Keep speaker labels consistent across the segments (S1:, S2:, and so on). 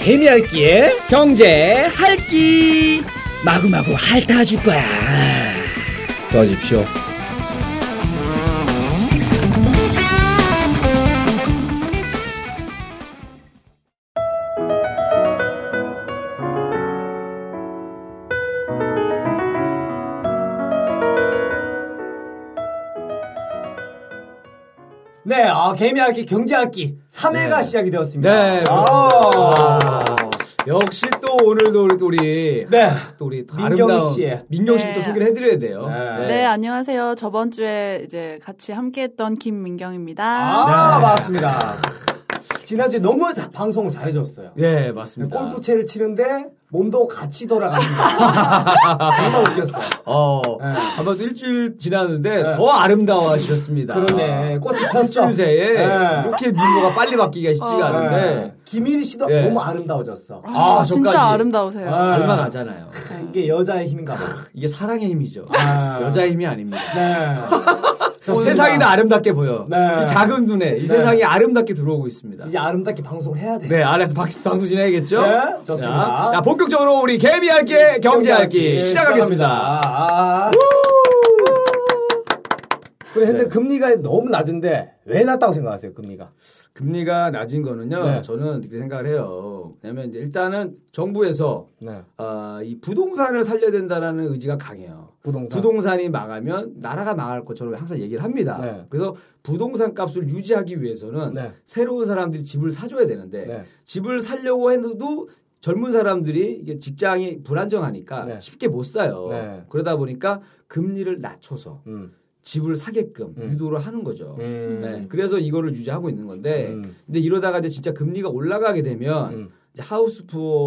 S1: 개미핥기에 경제 할기 마구마구 핥아줄 거야 떠십시오
S2: 네,
S1: 어,
S2: 아, 개미알기 경제알기 3회가
S3: 네.
S2: 시작이 되었습니다.
S3: 네,
S2: 아.
S3: 그렇습니다. 역시 또 오늘도 우리 또 우리
S2: 네.
S3: 또 우리 또
S2: 민경희
S3: 아름다운
S2: 씨의.
S3: 민경 씨부터
S4: 네.
S3: 소개를 해드려야 돼요.
S2: 네.
S4: 네. 안녕하세요. 저번 주에 이제 같이 함께했던 김민경입니다.
S2: 아,
S3: 네.
S2: 맞습니다. 지난주에 너무 자- 방송을 잘해줬어요.
S3: 예, 맞습니다.
S2: 골프채를 치는데 몸도 같이 돌아갑니다. 정말 웃겼어요.
S3: 어,
S2: 네.
S3: 아마 도 일주일 지났는데
S2: 네.
S3: 더 아름다워지셨습니다.
S2: 그러네. 꽃이 폈어.
S3: 한줄 새에
S2: 네.
S3: 이렇게 미모가 빨리 바뀌기가 쉽지가
S4: 어.
S3: 않은데
S2: 김일희 씨도
S3: 네.
S2: 너무 아름다워졌어.
S4: 아,
S3: 아,
S4: 진짜
S3: 저까지.
S4: 아름다우세요.
S2: 아.
S3: 닮만 하잖아요.
S2: 이게 여자의 힘인가 봐.
S3: 이게 사랑의 힘이죠.
S2: 아.
S3: 여자의 힘이 아닙니다.
S2: 네. 좋습니다.
S3: 세상이 다 아름답게 보여.
S2: 네.
S3: 이 작은 눈에 이 세상이 아름답게 들어오고 있습니다.
S2: 이제 아름답게 방송을 해야 돼.
S3: 네, 알아서 박- 방송 진행해야겠죠?
S2: 네, 좋습니다.
S3: 자, 자, 본격적으로 우리 개미할게 경제할게 시작하겠습니다.
S2: 시작합니다. 아. 그래 현재
S3: 네.
S2: 금리가 너무 낮은데 왜 낮다고 생각하세요 금리가?
S3: 금리가 낮은 거는요,
S2: 네.
S3: 저는 이렇게 생각을 해요. 왜냐면 이제 일단은 정부에서
S2: 네.
S3: 아, 이 부동산을 살려야 된다라는 의지가 강해요.
S2: 부동산.
S3: 부동산이 망하면 나라가 망할 것처럼 항상 얘기를 합니다.
S2: 네.
S3: 그래서 부동산 값을 유지하기 위해서는
S2: 네.
S3: 새로운 사람들이 집을 사줘야 되는데
S2: 네.
S3: 집을 살려고 해도 젊은 사람들이 이게 직장이 불안정하니까
S2: 네.
S3: 쉽게 못 사요.
S2: 네.
S3: 그러다 보니까 금리를 낮춰서
S2: 음.
S3: 집을 사게끔
S2: 음.
S3: 유도를 하는 거죠.
S2: 음.
S3: 네. 그래서 이거를 유지하고 있는 건데
S2: 음.
S3: 근데 이러다가 이제 진짜 금리가 올라가게 되면
S2: 음.
S3: 이제 하우스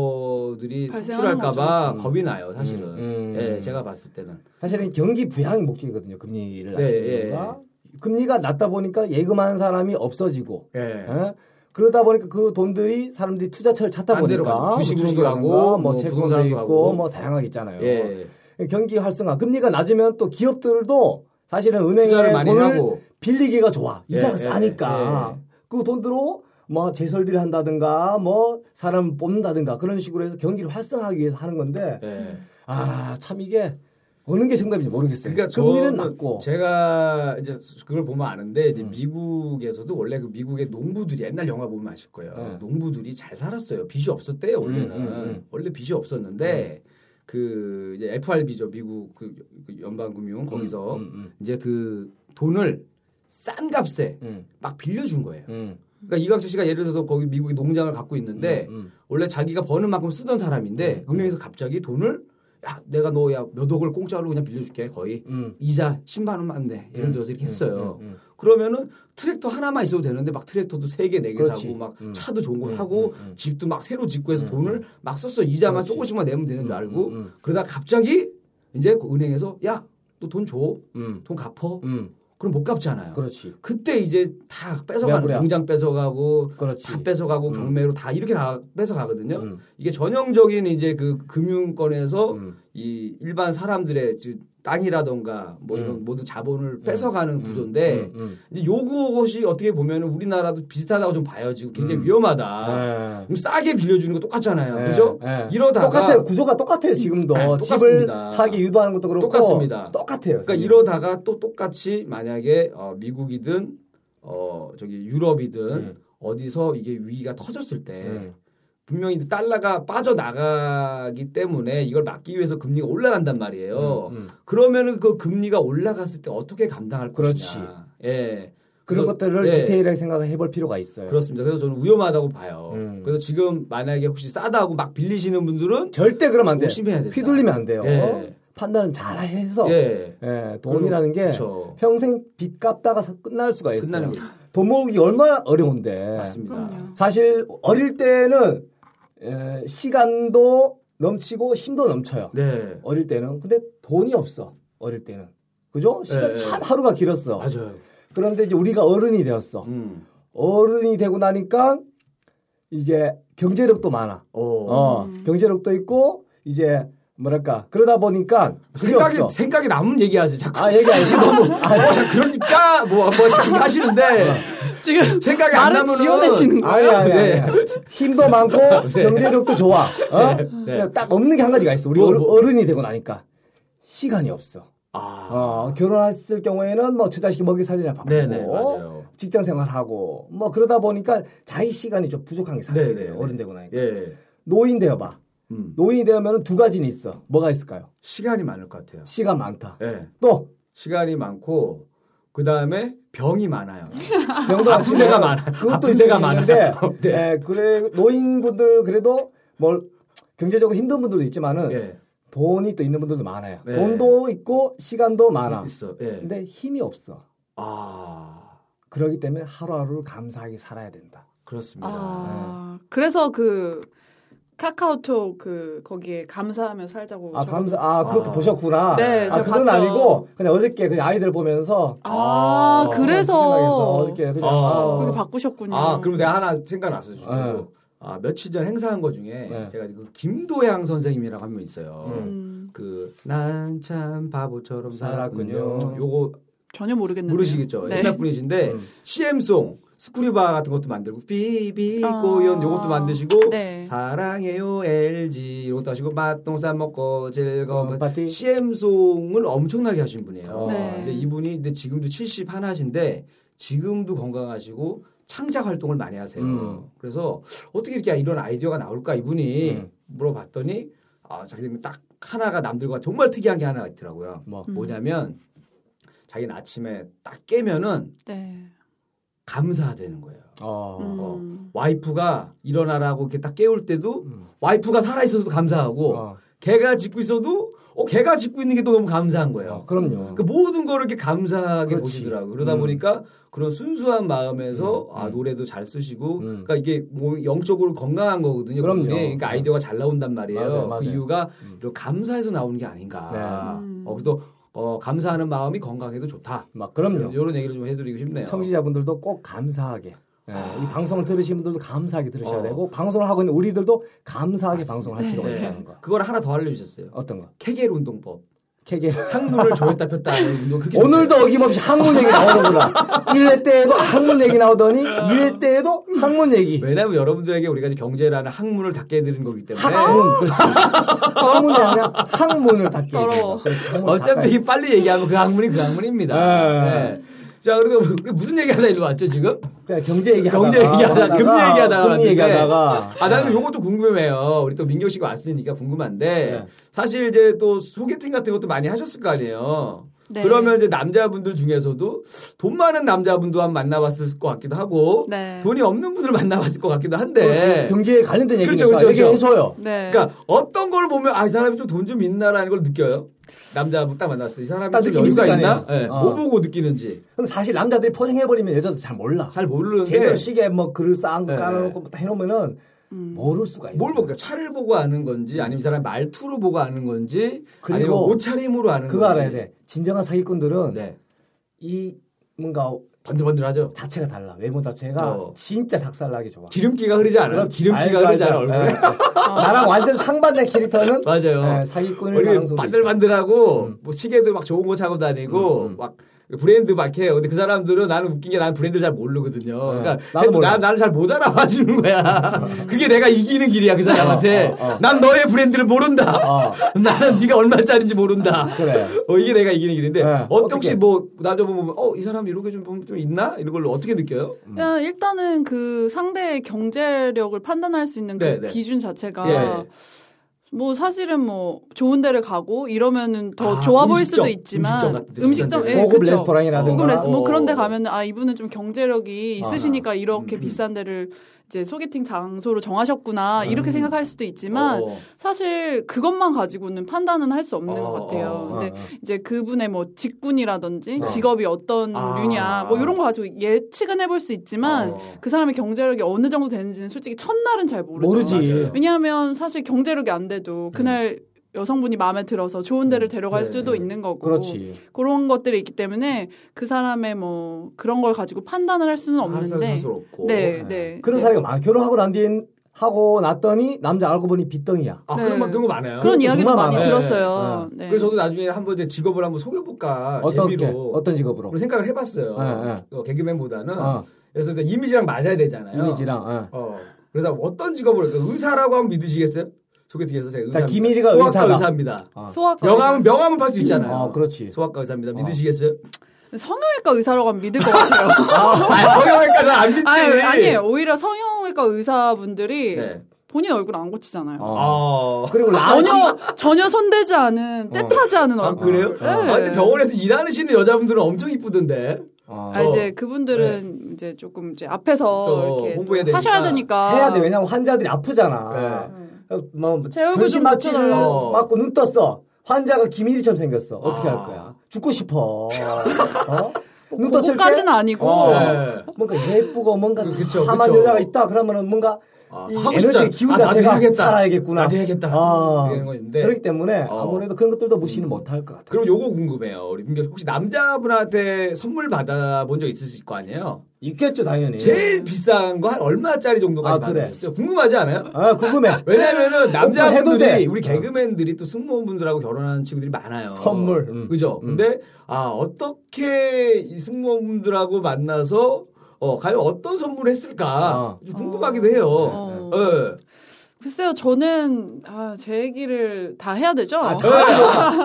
S3: 푸어들이
S4: 발생하는
S3: 속출할까봐
S2: 거죠.
S3: 겁이 나요, 사실은.
S2: 음, 음.
S3: 예, 제가 봤을 때는.
S2: 사실은 경기 부양이 목적이거든요 금리를
S3: 네,
S2: 낮추는
S3: 예,
S2: 이유가. 금리가 낮다 보니까 예금하는 사람이 없어지고
S3: 예.
S2: 예? 그러다 보니까 그 돈들이 사람들이 투자처를 찾다
S3: 딴 데로
S2: 보니까
S3: 가고, 주식으로도
S2: 주식이라는
S3: 가고,
S2: 거, 뭐
S3: 뭐
S2: 채권도
S3: 부동산도
S2: 있고
S3: 가고.
S2: 뭐 다양하게 있잖아요.
S3: 예.
S2: 경기 활성화 금리가 낮으면 또 기업들도 사실은 은행에
S3: 투자를 많이
S2: 돈을
S3: 하고.
S2: 빌리기가 좋아
S3: 예,
S2: 이자가
S3: 예,
S2: 싸니까 그 돈으로 뭐 재설비를 한다든가 뭐 사람 뽑는다든가 그런 식으로 해서 경기를 활성화하기 위해서 하는 건데
S3: 예.
S2: 아 참 이게 어느 게 정답인지 모르겠어요.
S3: 그러니까
S2: 금리는
S3: 저는
S2: 낮고 음.
S3: 제가 이제 그걸 보면 아는데 이제 미국에서도 원래 그 미국의 농부들이 옛날 영화 보면 아실 거예요.
S2: 네.
S3: 농부들이 잘 살았어요. 빚이 없었대요 원래는
S2: 음, 음, 예. 음.
S3: 원래 빚이 없었는데 그 이제 FRB죠 미국 그 연방금융 거기서
S2: 음, 음,
S3: 이제 그 돈을 싼 값에
S2: 음,
S3: 막 빌려준 거예요.
S2: 음,
S3: 그러니까 이광철 씨가 예를 들어서 거기 미국에 농장을 갖고 있는데
S2: 음,
S3: 원래 자기가 버는 만큼 쓰던 사람인데 은행에서 갑자기 돈을 야 내가 너 야 몇 억을 공짜로 그냥 빌려줄게 거의
S2: 음.
S3: 이자 10만 원만 내 예를 들어서 이렇게
S2: 음,
S3: 했어요.
S2: 음, 음,
S3: 그러면은 트랙터 하나만 있어도 되는데 막 트랙터도 세 개 네 개
S2: 그렇지.
S3: 사고 막
S2: 음.
S3: 차도 좋은 거
S2: 음,
S3: 사고
S2: 음, 음.
S3: 집도 막 새로 짓고 해서
S2: 음,
S3: 돈을 막 썼어 이자만
S2: 그렇지.
S3: 조금씩만 내면 되는 줄
S2: 음,
S3: 알고
S2: 음, 음.
S3: 그러다 갑자기 이제 그 은행에서 야 너 돈 줘,
S2: 음,
S3: 돈 갚어,
S2: 음.
S3: 그럼 못 갚잖아요.
S2: 그렇지
S3: 그때 이제 다 뺏어가는
S2: 내부랴.
S3: 거예요. 공장 뺏어가고
S2: 그렇지
S3: 다 뺏어가고
S2: 음.
S3: 경매로 다 이렇게 다 뺏어가거든요.
S2: 음,
S3: 이게 전형적인 이제 그 금융권에서
S2: 음,
S3: 이 일반 사람들의 즉 땅이라던가 뭐 이런 모든 자본을 뺏어가는 구조인데
S2: 음, 음.
S3: 이제 요것이 어떻게 보면 우리나라도 비슷하다고 좀 봐요. 지금 굉장히
S2: 음.
S3: 위험하다.
S2: 네.
S3: 그럼 싸게 빌려주는 거 똑같잖아요.
S2: 예,
S3: 아, 그죠?
S2: 예.
S3: 이러다가
S2: 똑같아요. 구조가 똑같아요. 지금도
S3: 네,
S2: 집을
S3: 똑같습니다.
S2: 사기 유도하는 것도 그렇고
S3: 똑같습니다.
S2: 똑같아요.
S3: 그러니까 이러다가 또 똑같이 만약에 어, 미국이든 어, 저기 유럽이든
S2: 음.
S3: 어디서 이게 위기가 터졌을 때
S2: 음.
S3: 분명히 이제 달러가 빠져나가기 때문에 이걸 막기 위해서 금리가 올라간단 말이에요.
S2: 음, 음.
S3: 그러면은 그 금리가 올라갔을 때 어떻게 감당할
S2: 그렇지.
S3: 것이냐. 예.
S2: 그런
S3: 그래서-
S2: 것들을
S3: 예.
S2: 디테일하게 생각해 볼 필요가 있어요.
S3: 그렇습니다. 그래서 저는 위험하다고 봐요.
S2: 음.
S3: 그래서 지금 만약에 혹시 싸다고 막 빌리시는 분들은
S2: 절대 그러면 안 돼.
S3: 조심해야 된다.
S2: 휘둘리면 안 돼요.
S3: 예.
S2: 판단은 잘 해서
S3: 예.
S2: 예, 돈이라는 게
S3: 그렇죠.
S2: 평생 빚 갚다가 사- 끝날 수가 있어요. 예.
S3: 끝나는 거죠.
S2: 돈 모으기 얼마나 어려운데.
S3: 맞습니다.
S4: 그럼요.
S2: 사실 어릴 때는 예, 시간도 넘치고 힘도 넘쳐요.
S3: 네.
S2: 어릴 때는 근데 돈이 없어. 어릴 때는 그죠? 시간
S3: 예,
S2: 이
S3: 예.
S2: 참 하루가 길었어.
S3: 맞아요.
S2: 그런데 이제 우리가 어른이 되었어.
S3: 음.
S2: 어른이 되고 나니까 이제 경제력도 많아.
S3: 어.
S2: 어, 경제력도 있고 이제 뭐랄까 그러다 보니까 그게
S3: 생각이
S2: 없어.
S3: 생각이 남은 얘기하세요. 자꾸 뭐,
S2: 아 얘기 안 해. 너무
S3: 아, 자, 그러니까 뭐뭐 자꾸 하시는데
S4: 지금
S3: 생각이 안
S4: 말을
S3: 나면은
S4: 지어내시는
S2: 아니, 예, 아니, 아니.
S3: 네.
S2: 힘도 많고 경제력도 좋아. 어?
S3: 네, 네.
S2: 그냥 딱 없는 게 한 가지가 있어. 우리
S3: 뭐,
S2: 어른-
S3: 뭐.
S2: 어른이 되고 나니까 시간이 없어.
S3: 아,
S2: 어, 결혼했을 경우에는 뭐 처자식 먹이 살리냐 바쁘고
S3: 네네 맞아요.
S2: 직장 생활하고 뭐 그러다 보니까 자기 시간이 좀 부족한 게
S3: 네네.
S2: 사실이에요. 어른 되고 나니까.
S3: 예,
S2: 노인 되어 봐.
S3: 음.
S2: 노인이 되면 두 가지는 있어. 뭐가 있을까요?
S3: 시간이 많을 것 같아요.
S2: 시간 많다.
S3: 예,
S2: 또
S3: 시간이 많고 그 다음에 병이 많아요.
S2: 병도
S3: 아픈 데가 많아.
S2: 그것도
S3: 아픈 데가
S2: 있어가 많은데.
S3: 많아요. 네.
S2: 예, 그래 노인분들 그래도 뭘 경제적으로 힘든 분들도 있지만은
S3: 예,
S2: 돈이 또 있는 분들도 많아요.
S3: 네.
S2: 돈도 있고 시간도 많아.
S3: 있어. 예,
S2: 근데 힘이 없어.
S3: 아
S2: 그러기 때문에 하루하루를 감사하게 살아야 된다.
S3: 그렇습니다.
S4: 아 그래서 그 카카오톡 그 거기에 감사하며 살자고.
S2: 아
S4: 적어놓-
S2: 감사. 아 그것도
S3: 아.
S2: 보셨구나.
S4: 네,
S2: 아
S4: 제가
S2: 그건
S4: 봤죠.
S2: 아니고 그냥 어저께 그냥 아이들 보면서.
S3: 아,
S4: 아,
S2: 생각해서
S4: 그래서
S2: 어, 어저께 그냥.
S3: 아.
S4: 그렇게 바꾸셨군요.
S3: 아, 그럼 내가 하나 생각났어.
S2: 네.
S3: 요 아, 며칠 전 행사한 거 중에
S2: 네.
S3: 제가 그 김도양 선생님이라고 한 분 있어요.
S4: 음,
S3: 그 난 참 바보처럼 살았군요.
S2: 살았군요.
S3: 요거
S4: 전혀 모르겠는데.
S3: 모르시겠죠?
S4: 네.
S3: 옛날 분이신데
S2: 음.
S3: CM송 스쿠리바 같은 것도 만들고 비비
S4: 아,
S3: 고연 요것도 만드시고
S4: 네.
S3: 사랑해요 LG 이것도 하시고 맛동산 먹고 즐거운
S2: 음, 파티.
S3: CM송을 엄청나게 하신 분이에요.
S4: 네.
S3: 근데 이분이 근데 지금도 70 하나신데 지금도 건강하시고 창작 활동을 많이 하세요.
S2: 음.
S3: 그래서 어떻게 이렇게 이런 아이디어가 나올까 이분이
S2: 음.
S3: 물어봤더니 아, 자기는 딱 하나가 남들과 정말 특이한 게 하나 있더라고요.
S2: 뭐.
S4: 음.
S3: 뭐냐면 자기는 아침에 딱 깨면은
S4: 네.
S3: 감사되는 거예요.
S2: 어.
S4: 음.
S3: 와이프가 일어나라고 이렇게 딱 깨울 때도
S2: 음.
S3: 와이프가 살아 있어도 감사하고
S2: 어.
S3: 걔가 짚고 있어도 어 걔가 짚고 있는 게 너무 감사한 거예요.
S2: 어, 그럼요.
S3: 그 모든 걸 이렇게 감사하게
S2: 그렇지.
S3: 보시더라고요. 그러다
S2: 음.
S3: 보니까 그런 순수한 마음에서
S2: 음,
S3: 아
S2: 음.
S3: 노래도 잘 쓰시고
S2: 음.
S3: 그러니까 이게 뭐 영적으로 건강한 거거든요.
S2: 그럼요. 네.
S3: 그분이. 그러니까 아이디어가 잘 나온단 말이에요.
S2: 맞아요, 맞아요.
S3: 그 이유가
S2: 음.
S3: 이런 감사해서 나오는 게 아닌가.
S2: 네.
S4: 음.
S3: 어, 그래서 어, 감사하는 마음이 건강에도 좋다.
S2: 막 그럼요.
S3: 이런 얘기를 좀 해드리고 싶네요.
S2: 청취자분들도 꼭 감사하게. 예, 이 방송을 들으신 분들도 감사하게 들으셔야
S3: 어.
S2: 되고 방송을 하고 있는 우리들도 감사하게
S3: 맞습니다.
S2: 방송을 할 필요가
S3: 네.
S2: 있다는 거.
S3: 그걸 하나 더 알려주셨어요.
S2: 어떤 거?
S3: 케겔 운동법.
S2: 케겔.
S3: 항문을 조였다 폈다 하는 운동. 그게
S2: 오늘도 어김없이 학문 얘기 나오는구나. 1회 때에도 학문 얘기 나오더니 2회 때에도 학문 얘기.
S3: 왜냐하면 여러분들에게 우리가 이제 경제라는 학문을 닫게 해드리는 거기 때문에
S2: 학문 그렇지. 학문이 아니라 학문을 받게.
S4: 더러워.
S3: 어차피 빨리 얘기하면 그 학문이 그 학문입니다.
S2: 아.
S3: 네. 자, 그리고 우리 무슨 얘기하다 일로 왔죠 지금?
S2: 그냥 그러니까 경제 얘기 하다가
S3: 경제 얘기하다, 금리 얘기하다가
S2: 금리
S3: 왔는데.
S2: 얘기하다가
S3: 아, 나는 요것도 궁금해요. 우리 또 민경 씨가 왔으니까 궁금한데
S2: 네.
S3: 사실 이제 또 소개팅 같은 것도 많이 하셨을 거 아니에요.
S4: 네.
S3: 그러면 이제 남자분들 중에서도 돈 많은 남자분도 한 만나봤을 것 같기도 하고
S4: 네.
S3: 돈이 없는 분을 만나봤을 것 같기도 한데
S2: 어, 그렇지. 경제에 관련된 얘기니까
S3: 네. 그렇죠, 그렇죠, 그렇죠.
S2: 얘기해 줘요.
S4: 네.
S3: 그러니까 어떤 걸 보면 아 이 사람이 좀 돈 좀 있나라는 걸 느껴요. 남자 딱 만났을 때 이 사람이
S2: 딱
S3: 좀
S2: 느낌 있을
S3: 여유가
S2: 거 아니에요.
S3: 있나? 예,
S2: 어.
S3: 뭐 보고 느끼는지
S2: 근데 사실 남자들이 포장해버리면 여자들 잘 몰라.
S3: 잘 모르는데
S2: 제대로 시계 뭐 글을 쌓은 거
S3: 그렇죠. 네.
S2: 깔아놓고 뭐 다 해놓으면은
S4: 음.
S2: 모를 수가 있어.
S3: 뭘 볼까? 차를 보고 아는 건지 아니면 이 사람 말투로 보고 아는 건지
S2: 그리고
S3: 아니면 옷차림으로 아는
S2: 그거
S3: 건지
S2: 알아야 돼. 진정한 사기꾼들은
S3: 네.
S2: 이 뭔가
S3: 번들번들하죠.
S2: 자체가 달라. 외모 자체가
S3: 어.
S2: 진짜 작살나게 좋아.
S3: 기름기가 흐르지 않아요.
S2: 그럼
S3: 기름기가
S2: 알죠,
S3: 흐르지 않아
S2: 알죠.
S3: 얼굴에.
S2: 예. 나랑 완전 상반된 캐릭터는
S3: 맞아요.
S2: 예, 사기꾼일
S3: 얼굴이
S2: 가능성이
S3: 반들반들하고
S2: 음.
S3: 뭐 시계도 막 좋은 거 차고 다니고 막 브랜드 막 해요. 근데 그 사람들은 나는 웃긴 게 나는 브랜드를 잘 모르거든요. 그러니까
S2: 어. 나도
S3: 해도
S2: 몰라.
S3: 나, 나를 잘 못 알아봐 주는 거야. 그게 내가 이기는 길이야 그 사람한테.
S2: 어, 어.
S3: 난 너의 브랜드를 모른다.
S2: 어.
S3: 나는 네가 얼마짜리인지 모른다.
S2: 그래.
S3: 어, 이게 내가 이기는 길인데
S2: 네,
S3: 어떤 혹시
S2: 어떻게?
S3: 뭐 남자분 보면 어 이 사람 이런 게 좀 좀 있나 이런 걸로 어떻게 느껴요?
S4: 야, 일단은 그 상대의 경제력을 판단할 수 있는 그
S3: 네, 네.
S4: 기준 자체가
S3: 예.
S4: 뭐 사실은 뭐 좋은 데를 가고 이러면은 더
S3: 아,
S4: 좋아 보일 수도
S3: 음식점, 음식점
S4: 있지만
S3: 같은 데,
S4: 음식점
S3: 비싼
S4: 예,
S3: 데.
S2: 고급
S4: 그쵸.
S2: 레스토랑이라든가.
S4: 고급 레스
S3: 어.
S4: 뭐 그런 데 가면은 아 이분은 좀 경제력이 있으시니까 이렇게
S3: 음, 음.
S4: 비싼 데를 이제 소개팅 장소로 정하셨구나 이렇게 생각할 수도 있지만
S3: 음. 어.
S4: 사실 그것만 가지고는 판단은 할 수 없는
S3: 어,
S4: 것 같아요.
S3: 어,
S4: 근데 이제 그분의 뭐 직군이라든지
S3: 어.
S4: 직업이 어떤
S3: 아.
S4: 류냐 뭐 이런 거 가지고 예측은 해볼 수 있지만
S3: 어.
S4: 그 사람의 경제력이 어느 정도 되는지는 솔직히 첫날은 잘 모르죠.
S2: 모르지. 네.
S3: 맞아요.
S4: 왜냐하면 사실 경제력이 안 돼도 그날 여성분이 마음에 들어서 좋은 데를 데려갈
S3: 네,
S4: 수도
S3: 네.
S4: 있는 거고
S2: 그렇지.
S4: 런 것들이 있기 때문에 그 사람의 뭐 그런 걸 가지고 판단을 할 수는 없는데
S3: 아, 사실 없고.
S4: 네, 네.
S2: 그런
S4: 네.
S2: 사람이 많아. 결혼하고 난 뒤에 하고 났더니 남자 알고 보니 빚덩이야.
S3: 아
S4: 네.
S3: 그런 거- 그런 거 많아요.
S4: 그런
S2: 그것도
S4: 이야기도
S2: 정말
S4: 많이
S3: 어, 많아요.
S4: 들었어요. 네.
S3: 그래서 저도 나중에 한번 이제 직업을 한번 속여볼까
S2: 어떤 게
S3: 아, 재미로
S2: 어떤 직업으로?
S3: 그런 생각을 해봤어요.
S2: 네, 네.
S3: 어, 개그맨보다는
S2: 어.
S3: 그래서 이제 이미지랑 맞아야 되잖아요.
S2: 이미지랑. 아.
S3: 어. 그래서 어떤 직업으로 그러니까 의사라고 하면 믿으시겠어요? 소개팅에서 제가 의사.
S2: 김일이가 의사다.
S3: 소아과 의사입니다.
S4: 소아과
S3: 명함은 명함은 팔 수 있잖아요.
S2: 아, 그렇지.
S3: 소아과 의사입니다. 믿으시겠어요?
S4: 성형외과 의사라고 하면 믿을 것 같아요.
S3: 아, 성형외과는 안 믿지.
S4: 아니, 아니에요. 오히려 성형외과 의사분들이
S3: 네.
S4: 본인 얼굴 안 고치잖아요.
S2: 어.
S3: 아.
S2: 그리고 라식
S4: 전혀 전혀 손대지 않은 떼타지 않은
S3: 아,
S2: 어.
S4: 얼굴.
S3: 그래요?
S4: 네.
S3: 아, 근데 병원에서 일하시는 여자분들은 엄청 이쁘던데.
S2: 어.
S4: 아, 이제 그분들은 이제 조금 이제 앞에서
S3: 또
S4: 이렇게
S3: 홍보해야
S4: 또 하셔야
S3: 되니까.
S4: 되니까 네.
S2: 해야 돼. 왜냐면 환자들이 아프잖아.
S3: 네.
S2: 뭐
S4: 제 얼굴
S2: 전신
S4: 좀
S2: 마취를
S3: 고쳐달라고.
S2: 맞고 눈 떴어. 환자가 김일이처럼 생겼어. 어떻게
S3: 어. 아.
S2: 할 거야? 죽고 싶어. 어? 눈 떴을 때
S4: 뭐 그거까지는 아니고
S2: 어.
S3: 네.
S2: 뭔가 예쁘고 뭔가
S3: 그- 그쵸,
S2: 참한
S3: 그쵸.
S2: 여자가 있다 그러면은 뭔가
S3: 아,
S2: 이
S3: 하고 싶잖아.
S2: 에너지 기운
S3: 아, 나도
S2: 자체가
S3: 해야겠다.
S2: 살아야겠구나.
S3: 나도 해야겠다.
S2: 아,
S3: 이런 거 있는데.
S2: 그렇기 때문에
S3: 어. 음.
S2: 아무래도 그런 것들도 무시는 못할 것 같아요.
S3: 그럼 요거 궁금해요. 우리 민경 씨. 혹시 남자분한테 선물 받아본 적 있으실 거 아니에요?
S2: 있겠죠 당연히.
S3: 제일 비싼 거 한 얼마짜리 정도까지
S2: 예. 아, 그래.
S3: 받으셨어요? 궁금하지 않아요?
S2: 아 궁금해.
S3: 왜냐면은
S2: 해도 돼. 어.
S3: 남자분들이 우리 개그맨들이 또 승무원분들하고 결혼하는 친구들이 많아요.
S2: 선물, 음.
S3: 그죠?
S2: 음.
S3: 근데 아 어떻게 이 승무원분들하고 만나서 어 과연 어떤 선물을 했을까
S2: 어.
S3: 좀 궁금하기도 해요.
S4: 어.
S3: 예.
S4: 글쎄요 저는 아, 제 얘기를 다 해야 되죠
S3: 예.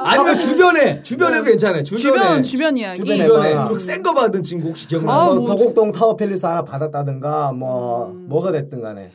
S3: 아니면 주변에 주변에도 괜찮아요. 주변에
S4: 주변 주변 이야기
S2: 음. 주변에 봐.
S3: 좀센 거 받은 친구 혹시 기억나요?
S4: 아,
S2: 뭐
S4: 뭐-
S2: 도곡동 타워 팰리스 하나 받았다든가 뭐
S4: 음.
S2: 뭐가 됐든 간에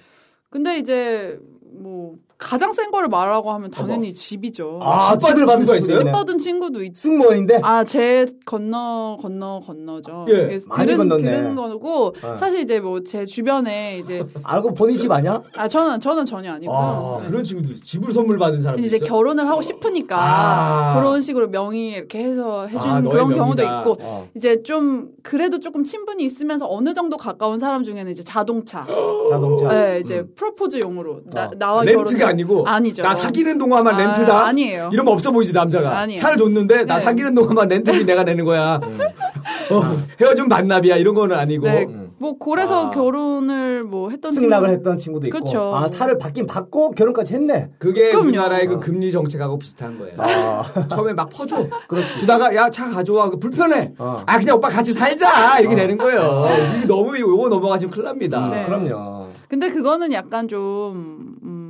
S4: 근데 이제 뭐 가장 센 거를 말하고 하면 당연히 집이죠
S2: 아
S3: 집밥을
S2: 집을 받을
S3: 친구가
S2: 수도
S3: 있어요?
S2: 있네.
S4: 뻗은 친구도 있
S2: 승무원인데
S4: 아 제 건너 건너 건너죠.
S3: 예,
S4: 이게
S2: 많이
S4: 들은
S2: 건넜네.
S4: 들은 거고
S2: 어.
S4: 사실 이제 뭐 제 주변에 이제
S2: 알고 본인 집 아니야?
S4: 아 저는 저는 전혀 아니고요.
S3: 아,
S4: 네.
S3: 그런 친구도 있어요. 집을 선물 받은 사람도
S4: 이제
S3: 있어요.
S4: 결혼을 하고 싶으니까
S3: 아.
S4: 그런 식으로 명의 이렇게 해서 해준
S3: 아, 너의
S4: 그런 경우도
S3: 명의다.
S4: 있고
S2: 어.
S4: 이제 좀 그래도 조금 친분이 있으면서 어느 정도 가까운 사람 중에는 이제 자동차,
S2: 어, 자동차.
S4: 네, 이제
S2: 음.
S4: 프로포즈용으로 나,
S2: 어.
S4: 나와 결혼
S3: 음. 렌트가 아니고
S4: 아니죠.
S3: 나 사귀는 동안만
S4: 아,
S3: 렌트다.
S4: 아니에요.
S3: 이러면 없어 보이지 남자가.
S4: 아니에요.
S3: 차를 줬는데 나
S4: 네.
S3: 사귀는 동안만 렌트비 내가 내는 거야. 어, 헤어진 반납이야 이런 거는 아니고.
S4: 네, 뭐 그래서
S3: 아.
S4: 결혼을 뭐 했던
S2: 승낙을
S4: 친구-
S2: 했던 친구도 있고.
S4: 그쵸.
S2: 아 차를 받긴 받고 결혼까지 했네.
S3: 그게
S4: 그럼요.
S3: 우리나라의 그 금리 정책하고 비슷한 거예요.
S2: 아.
S3: 처음에 막 퍼줘. 주다가 야 차 가져와 그 불편해.
S2: 어.
S3: 아 그냥 오빠 같이 살자 이렇게 되는 거예요. 이게 너무 요거 넘어가시면 큰일 납니다.
S4: 네.
S2: 그럼요.
S4: 근데 그거는 약간 좀 음,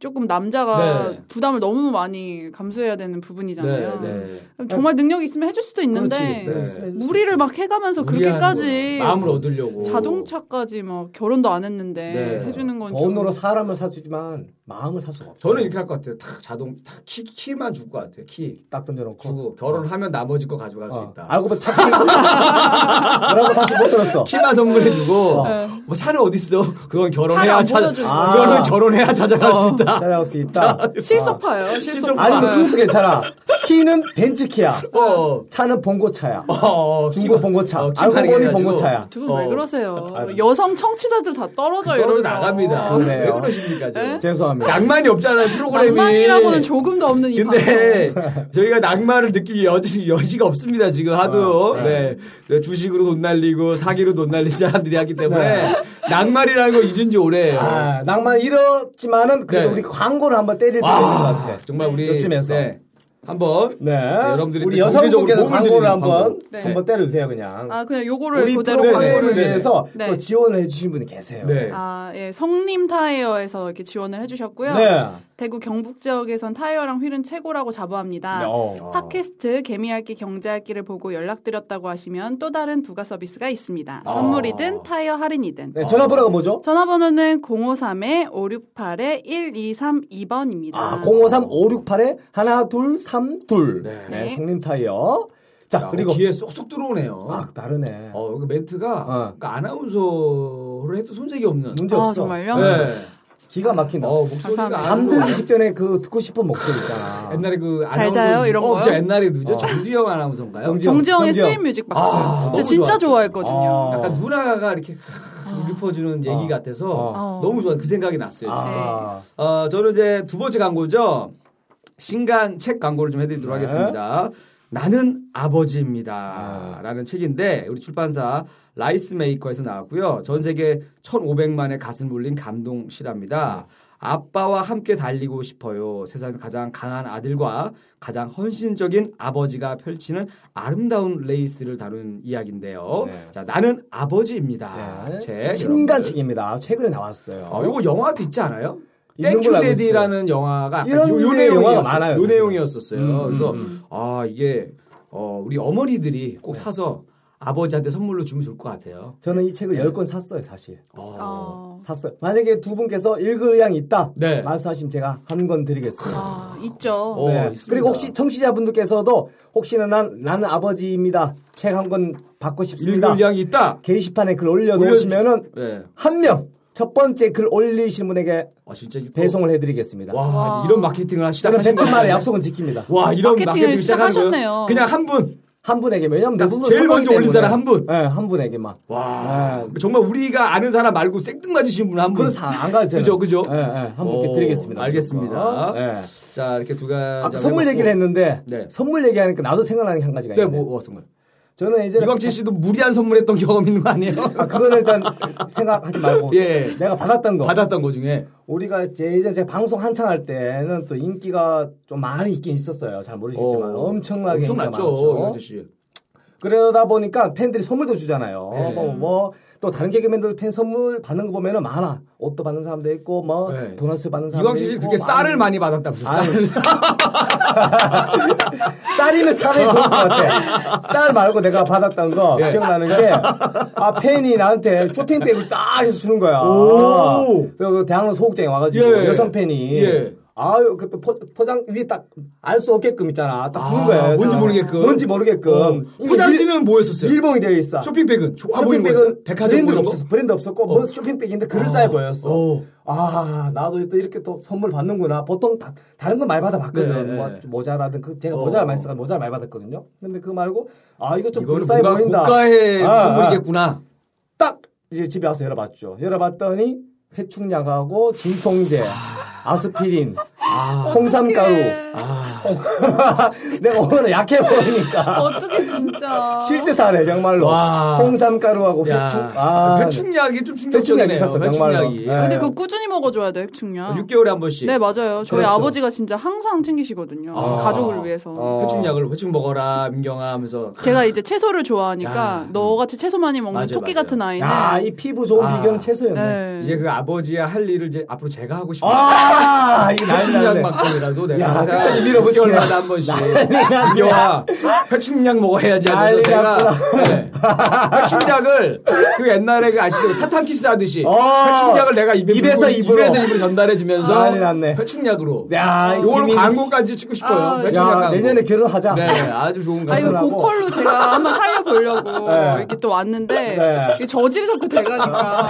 S4: 조금 남자가
S3: 네.
S4: 부담을 너무 많이 감수해야 되는 부분이잖아요.
S3: 네.
S4: 정말 능력이 있으면 해줄 수도 있는데
S2: 그렇지. 네.
S4: 무리를 막 해가면서 그렇게까지
S3: 무리한 뭐 마음을 얻으려고
S4: 자동차까지 막 결혼도 안 했는데
S3: 네.
S4: 해주는 건 좀.
S2: 돈으로 사람을 살 수 있지만 마음을 살 수가 없죠.
S3: 저는 이렇게 할 것 같아요. 탁 자동 탁 키, 키만 줄 것 같아요. 키.
S2: 딱 던져놓고.
S3: 주고 결혼하면 나머지 거 가져갈 수
S2: 어.
S3: 있다.
S2: 알고 보면 착해. 뭐라고 다시 못 들었어.
S3: 키만 선물해주고
S2: 어.
S4: 네.
S3: 뭐 차는 어디 있어? 그건
S4: 차를
S3: 결혼해야
S4: 안
S3: 찾
S4: 보여주는
S2: 거야.
S3: 이거는 결혼해야 찾아갈
S2: 어.
S3: 수 있다.
S2: 찾아올 수 있다.
S4: 실속파예요. 실속파.
S2: 아니 근데 그것도 괜찮아. 키는 벤츠키야.
S3: 어, 어,
S2: 차는 봉고차야.
S3: 어, 어,
S2: 중고
S3: 키만-
S2: 봉고차.
S3: 어,
S2: 알고
S3: 키만
S2: 보니
S3: 해가지고.
S2: 봉고차야.
S4: 두 분 왜
S3: 어.
S4: 그러세요?
S2: 아유.
S4: 여성 청취자들 다 떨어져
S3: 떨어져
S4: 이러면. 아.
S3: 나갑니다.
S2: 그래요.
S3: 왜 그러십니까? 저?
S4: 네?
S2: 죄송합니다.
S3: 낭만이 없잖아요 프로그램이.
S4: 낭만이라고는 조금도 없는 이 방송.
S3: 근데 저희가 낭만을 느낄 여지, 여지가 없습니다 지금 하도
S2: 어,
S4: 아,
S3: 네. 네, 주식으로 돈 날리고 사기로 돈 날린 사람들이 하기 때문에
S4: 네.
S3: 낭만이라는 걸 잊은 지 오래예요.
S2: 아, 낭만 잃었지만은 그래도
S3: 네.
S2: 우리 광고를 한번 때릴 때가 있는 것
S3: 아,
S2: 같아.
S3: 정말 우리
S2: 요즘에서.
S3: 네, 한번
S2: 네.
S3: 여러분들이
S2: 우리
S3: 또 경제적으로
S2: 여성분께서
S3: 도움을
S2: 광고를
S3: 드리는
S2: 한번
S3: 광고.
S4: 네.
S2: 한번 때려주세요 그냥.
S4: 아 그냥 요거를
S2: 우리
S4: 그대로
S2: 프로그램을
S3: 네,
S4: 광고를-
S3: 네.
S2: 위해서
S4: 네.
S2: 또 지원을 해주신 분이 계세요.
S3: 네.
S4: 아, 예, 성림 타이어에서 이렇게 지원을 해주셨고요.
S2: 네.
S4: 대구 경북 지역에선 타이어랑 휠은 최고라고
S2: 네,
S4: 자부합니다.
S2: 어.
S4: 팟캐스트 개미핥기 경제핥기를 보고 연락드렸다고 하시면 또 다른 부가 서비스가 있습니다.
S3: 아.
S4: 선물이든 타이어 할인이든.
S2: 네, 전화번호가 뭐죠?
S4: 전화번호는 053-568-1232번입니다.
S2: 아, 053568에 하나 둘 삼 둘. 네.
S3: 네.
S2: 성림 타이어. 자,
S3: 야,
S2: 그리고
S3: 귀에 쏙쏙 들어오네요.
S2: 아, 다르네.
S3: 어, 그 멘트가
S2: 어.
S3: 그러니까 아나운서를 해도 손색이 없는.
S2: 문제 없어.
S4: 아, 정말요?
S3: 네.
S2: 기가 막힌다.
S3: 어, 목소리가
S4: 감사합니다.
S3: 아나운서-
S2: 잠들기 직전에 그 듣고 싶은 목소리 있잖아.
S3: 옛날에 그
S4: 잘
S3: 아나운서-
S4: 자요? 이런
S3: 어,
S4: 거요?
S3: 진짜 옛날에 누죠?
S2: 어.
S3: 정지영 아나운서인가요?
S2: 정지영.
S4: 정지영의
S2: 정지영.
S4: 스윗 뮤직 박스.
S3: 아,
S4: 저
S3: 너무
S4: 진짜
S3: 좋았어요.
S2: 아.
S4: 좋아했거든요.
S3: 약간 누나가 이렇게 그 읊어주는 얘기 같아서
S4: 어.
S3: 너무 좋아. 그 생각이 났어요.
S2: 아.
S3: 어, 저는 이제 두 번째 광고죠. 신간 책 광고를 좀 해드리도록
S2: 네.
S3: 하겠습니다. 나는 아버지입니다. 라는 책인데, 우리 출판사 라이스메이커에서 나왔고요. 전 세계 1,500만의 가슴 울린 감동 실화입니다. 아빠와 함께 달리고 싶어요. 세상에서 가장 강한 아들과 가장 헌신적인 아버지가 펼치는 아름다운 레이스를 다룬 이야기인데요.
S5: 네.
S3: 자, 나는 아버지입니다.
S2: 네.
S3: 책.
S2: 신간책입니다. 최근에 나왔어요.
S3: 어, 이거 영화도 있지 않아요?
S2: 있는 걸로
S3: 땡큐
S2: 알고
S3: 데디라는 영화가
S2: 이런 류의 영화가 많아요,
S3: 요
S2: 사실.
S3: 내용이었었어요.
S5: 음,
S3: 그래서
S5: 음,
S3: 아 이게 어, 우리 어머니들이
S2: 네.
S3: 꼭 사서 아버지한테 선물로 주면 좋을 것 같아요.
S2: 저는 이 책을 열 10권 샀어요, 사실.
S3: 네. 어.
S4: 어.
S2: 샀어요. 만약에 두 분께서 읽을 의향이 있다.
S3: 네.
S2: 말씀하시면 제가 한 권 드리겠습니다.
S4: 아, 있죠.
S3: 어,
S2: 네.
S3: 있습니다.
S2: 그리고 혹시 청취자분들께서도 혹시나 난, 나는 아버지입니다. 책 한 권 받고 싶습니다. 네.
S3: 읽을 양이 있다.
S2: 게시판에 글 올려놓으시면은
S3: 예.
S2: 한 명, 첫 번째 글 올리신 분에게
S3: 아 진짜 이거-
S2: 배송을 해드리겠습니다.
S3: 와,
S4: 와.
S3: 이런 마케팅을
S2: 저는
S3: 시작하신
S2: 100분
S3: 거예요.
S2: 만에 약속은 지킵니다.
S3: 와 이런
S4: 마케팅을
S3: 마케팅을 시작하는 거예요.
S4: 시작하셨네요.
S3: 그냥 한 분.
S2: 한 분에게, 왜냐면
S3: 딱
S2: 대부분
S3: 그러니까 제일
S2: 선거기
S3: 먼저 올린
S2: 때문에.
S3: 사람 한 분.
S2: 네, 한 분에게만.
S3: 와
S2: 네.
S3: 정말 우리가 아는 사람 말고 생뚱맞으신 분 한 분.
S2: 그건 사- 안 가요, 저는.
S3: 그죠, 그죠?
S2: 예, 예, 한 분께
S3: 오,
S2: 드리겠습니다.
S3: 알겠습니다.
S2: 예.
S3: 자 이렇게 두 가지
S2: 아까 선물
S3: 해봤고.
S2: 얘기를 했는데
S3: 네.
S2: 선물 얘기하니까 나도 생각나는 게 한 가지가
S3: 네,
S2: 있는데
S3: 뭐, 뭐 선물.
S2: 저는 이제
S3: 이광진 씨도 무리한 선물했던 경험 있는 거 아니에요?
S2: 아, 그거는 일단 생각하지 말고
S3: 예.
S2: 내가 받았던 거
S3: 받았던 거 중에.
S2: 우리가 제 이제 제 방송 한창 할 때는 또 인기가 좀 많이 있긴 있었어요 잘 모르시겠지만
S3: 어,
S2: 엄청나게 인기가
S3: 엄청났죠,
S2: 많았죠. 그
S3: 이광진 씨.
S2: 그러다 보니까 팬들이 선물도 주잖아요.
S3: 네.
S2: 뭐, 뭐, 또 다른 개그맨들 팬 선물 받는 거 보면은 많아. 옷도 받는 사람도 있고, 뭐,
S3: 네.
S2: 도넛을 받는 사람도
S3: 이광진 씨
S2: 있고.
S3: 그렇게 쌀을 많이 받았다면서. 쌀을.
S2: 쌀이면 차라리 좋을 것 같아. 쌀 말고 내가 받았던 거
S3: 예.
S2: 기억나는 게, 아, 팬이 나한테 쇼핑백을 딱 해서 주는 거야.
S3: 오.
S2: 그래서 그 대학로 소극장에 와가지고
S3: 예.
S2: 여성 팬이.
S3: 예.
S2: 아유, 그또 포장 위에 딱 알 수 없게끔 있잖아. 딱 주는
S3: 아,
S2: 거예요.
S3: 뭔지
S2: 딱.
S3: 모르게끔.
S2: 뭔지 모르게끔.
S3: 어.
S2: 이게
S3: 포장지는
S2: 밀-
S3: 뭐였었어요?
S2: 밀봉이 되어 있어.
S3: 쇼핑백은 좋아 보이는 뭐 거였어요.
S2: 쇼핑백은
S3: 백화점
S2: 브랜드가
S3: 보는 거? 아.
S2: 없었어. 브랜드 없었고 뭐 쇼핑백인데 그을 싸해 보였어.
S3: 어.
S2: 아 나도 또 이렇게 또 선물 받는구나. 보통 다, 다른 건 많이 받아봤거든.
S3: 네,
S2: 뭐
S3: 네.
S2: 모자라든 그 제가
S3: 어.
S2: 모자를 많이 써가 모자를 많이 받았거든요. 근데 그거 말고 아 이거 좀
S3: 이거는
S2: 그럴싸해
S3: 뭔가
S2: 보인다.
S3: 고가의
S2: 아,
S3: 선물이겠구나.
S2: 아. 딱 이제 집에 와서 열어봤죠. 열어봤더니 회충약하고 진통제,
S3: 아.
S2: 아스피린, 홍삼가루.
S4: 네,
S2: 내가 오늘 약해 보이니까.
S4: 어떻게 진짜.
S2: 실제 사례 정말로
S3: 아. 와.
S2: 홍삼가루하고
S3: 야,
S2: 회충 아,
S3: 회충약이 좀
S2: 회충약이
S3: 충격적이네요.
S2: 있었어 정말로
S3: 회충약이.
S2: 예.
S4: 근데 그거 꾸준히 먹어줘야 돼요, 핵충약.
S3: 6개월에 한 네. 아, 번씩
S4: 네, 맞아요. 저희
S2: 그렇죠.
S4: 아버지가 진짜 항상 챙기시거든요.
S3: 아.
S4: 가족을 위해서.
S2: 어.
S3: 회충약을 회충 먹어라 민경아 하면서
S4: 제가 이제 채소를 좋아하니까
S3: 야.
S4: 너같이 채소 많이 먹는
S3: 맞아요,
S4: 토끼
S3: 맞아요.
S4: 같은 아이는
S2: 야, 이 피부 좋은
S3: 아.
S2: 비경 채소였네.
S4: 네.
S3: 이제 그 아버지의 할 일을 이제 앞으로 제가 하고 싶어요.
S2: 아, 이거 난리
S3: 회충약
S2: 났네.
S3: 만큼이라도 그 내가
S2: 야,
S3: 항상
S2: 끝까지 밀어붙이네.
S3: 6개월마다 한 번씩
S2: 났네.
S3: 민경아 회충약 먹어야지
S2: 난리
S3: 하면서 제가 네. 회충약을 그 옛날에 그 아시죠 사탕 키스 하듯이
S2: 어.
S3: 회충약을 내가 입에
S2: 입에서
S3: 물고
S2: 입으로. 아,
S3: 입에서 입으로 전달해 주면서
S2: 난리 났네.
S3: 회충약으로
S2: 야,
S3: 이걸로
S2: 김민희
S3: 광고까지 찍고 싶어요.
S4: 아,
S2: 씨.
S3: 회충약
S2: 야,
S3: 광고.
S2: 내년에 결혼하자.
S3: 네, 아주 좋은
S4: 아, 이거
S3: 광고.
S2: 그러고.
S4: 고퀄로 제가 한번 살려보려고
S2: 네.
S4: 이렇게 또 왔는데
S2: 네.
S4: 이게 저질이 자꾸 돼가니까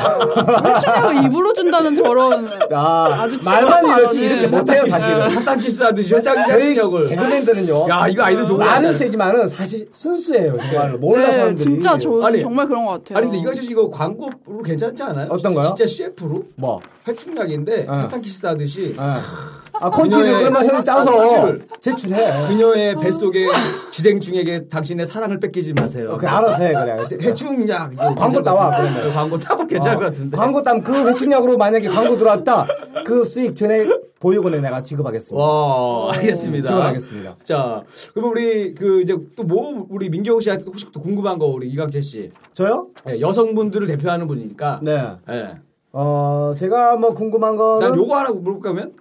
S4: 회충약을 입으로 준다는 저런
S2: 야,
S4: 아주
S2: 말만
S4: 치열한
S2: 이렇지
S4: 발언을.
S2: 이렇게 못해요 사실은. 네.
S3: 사탕 키스하듯이 회장
S2: 저희
S3: 회충약을.
S2: 개그맨들은요.
S3: 네. 야, 이거 아이들 좋은 거
S2: 말은
S3: 아니야?
S2: 세지만은 사실 순수해요 정말로 몰라
S4: 네,
S2: 사람들이.
S4: 진짜 저는
S3: 아니,
S4: 정말 그런 것 같아요.
S3: 아니 근데 이거 이거 광고로 괜찮지 않아요?
S2: 어떤가요? 어.
S3: 진짜 CF로
S2: 뭐.
S3: 회충약인데 사탕 키스하듯이
S2: 예. 아 콘티를
S3: 그녀의
S2: 그러면 형이 짜서
S3: 사실을.
S2: 제출해.
S3: 그녀의 뱃속에 기생충에게 당신의 사랑을 뺏기지 마세요.
S2: 어, 그래 알아서 해 그래.
S3: 회충약 이거
S2: 광고
S3: 괜찮을
S2: 따와,
S3: 것 같아요.
S2: 그러면.
S3: 광고 따고 괜찮을 것 같은데.
S2: 어, 광고 따면 그 회충약으로 만약에 광고 들어왔다. 그 수익 전에 보육원에 내가
S3: 어.
S2: 지급하겠습니다.
S3: 와 알겠습니다.
S2: 지원하겠습니다.
S3: 자 그럼 우리 그 이제 또 뭐 우리 민경 씨한테 혹시 또 궁금한 거 우리 이강재 씨
S2: 저요?
S3: 예, 여성분들을 대표하는 분이니까.
S2: 네.
S3: 예.
S2: 어, 제가 뭐 궁금한 거는
S3: 난 요거 하나 물어볼까면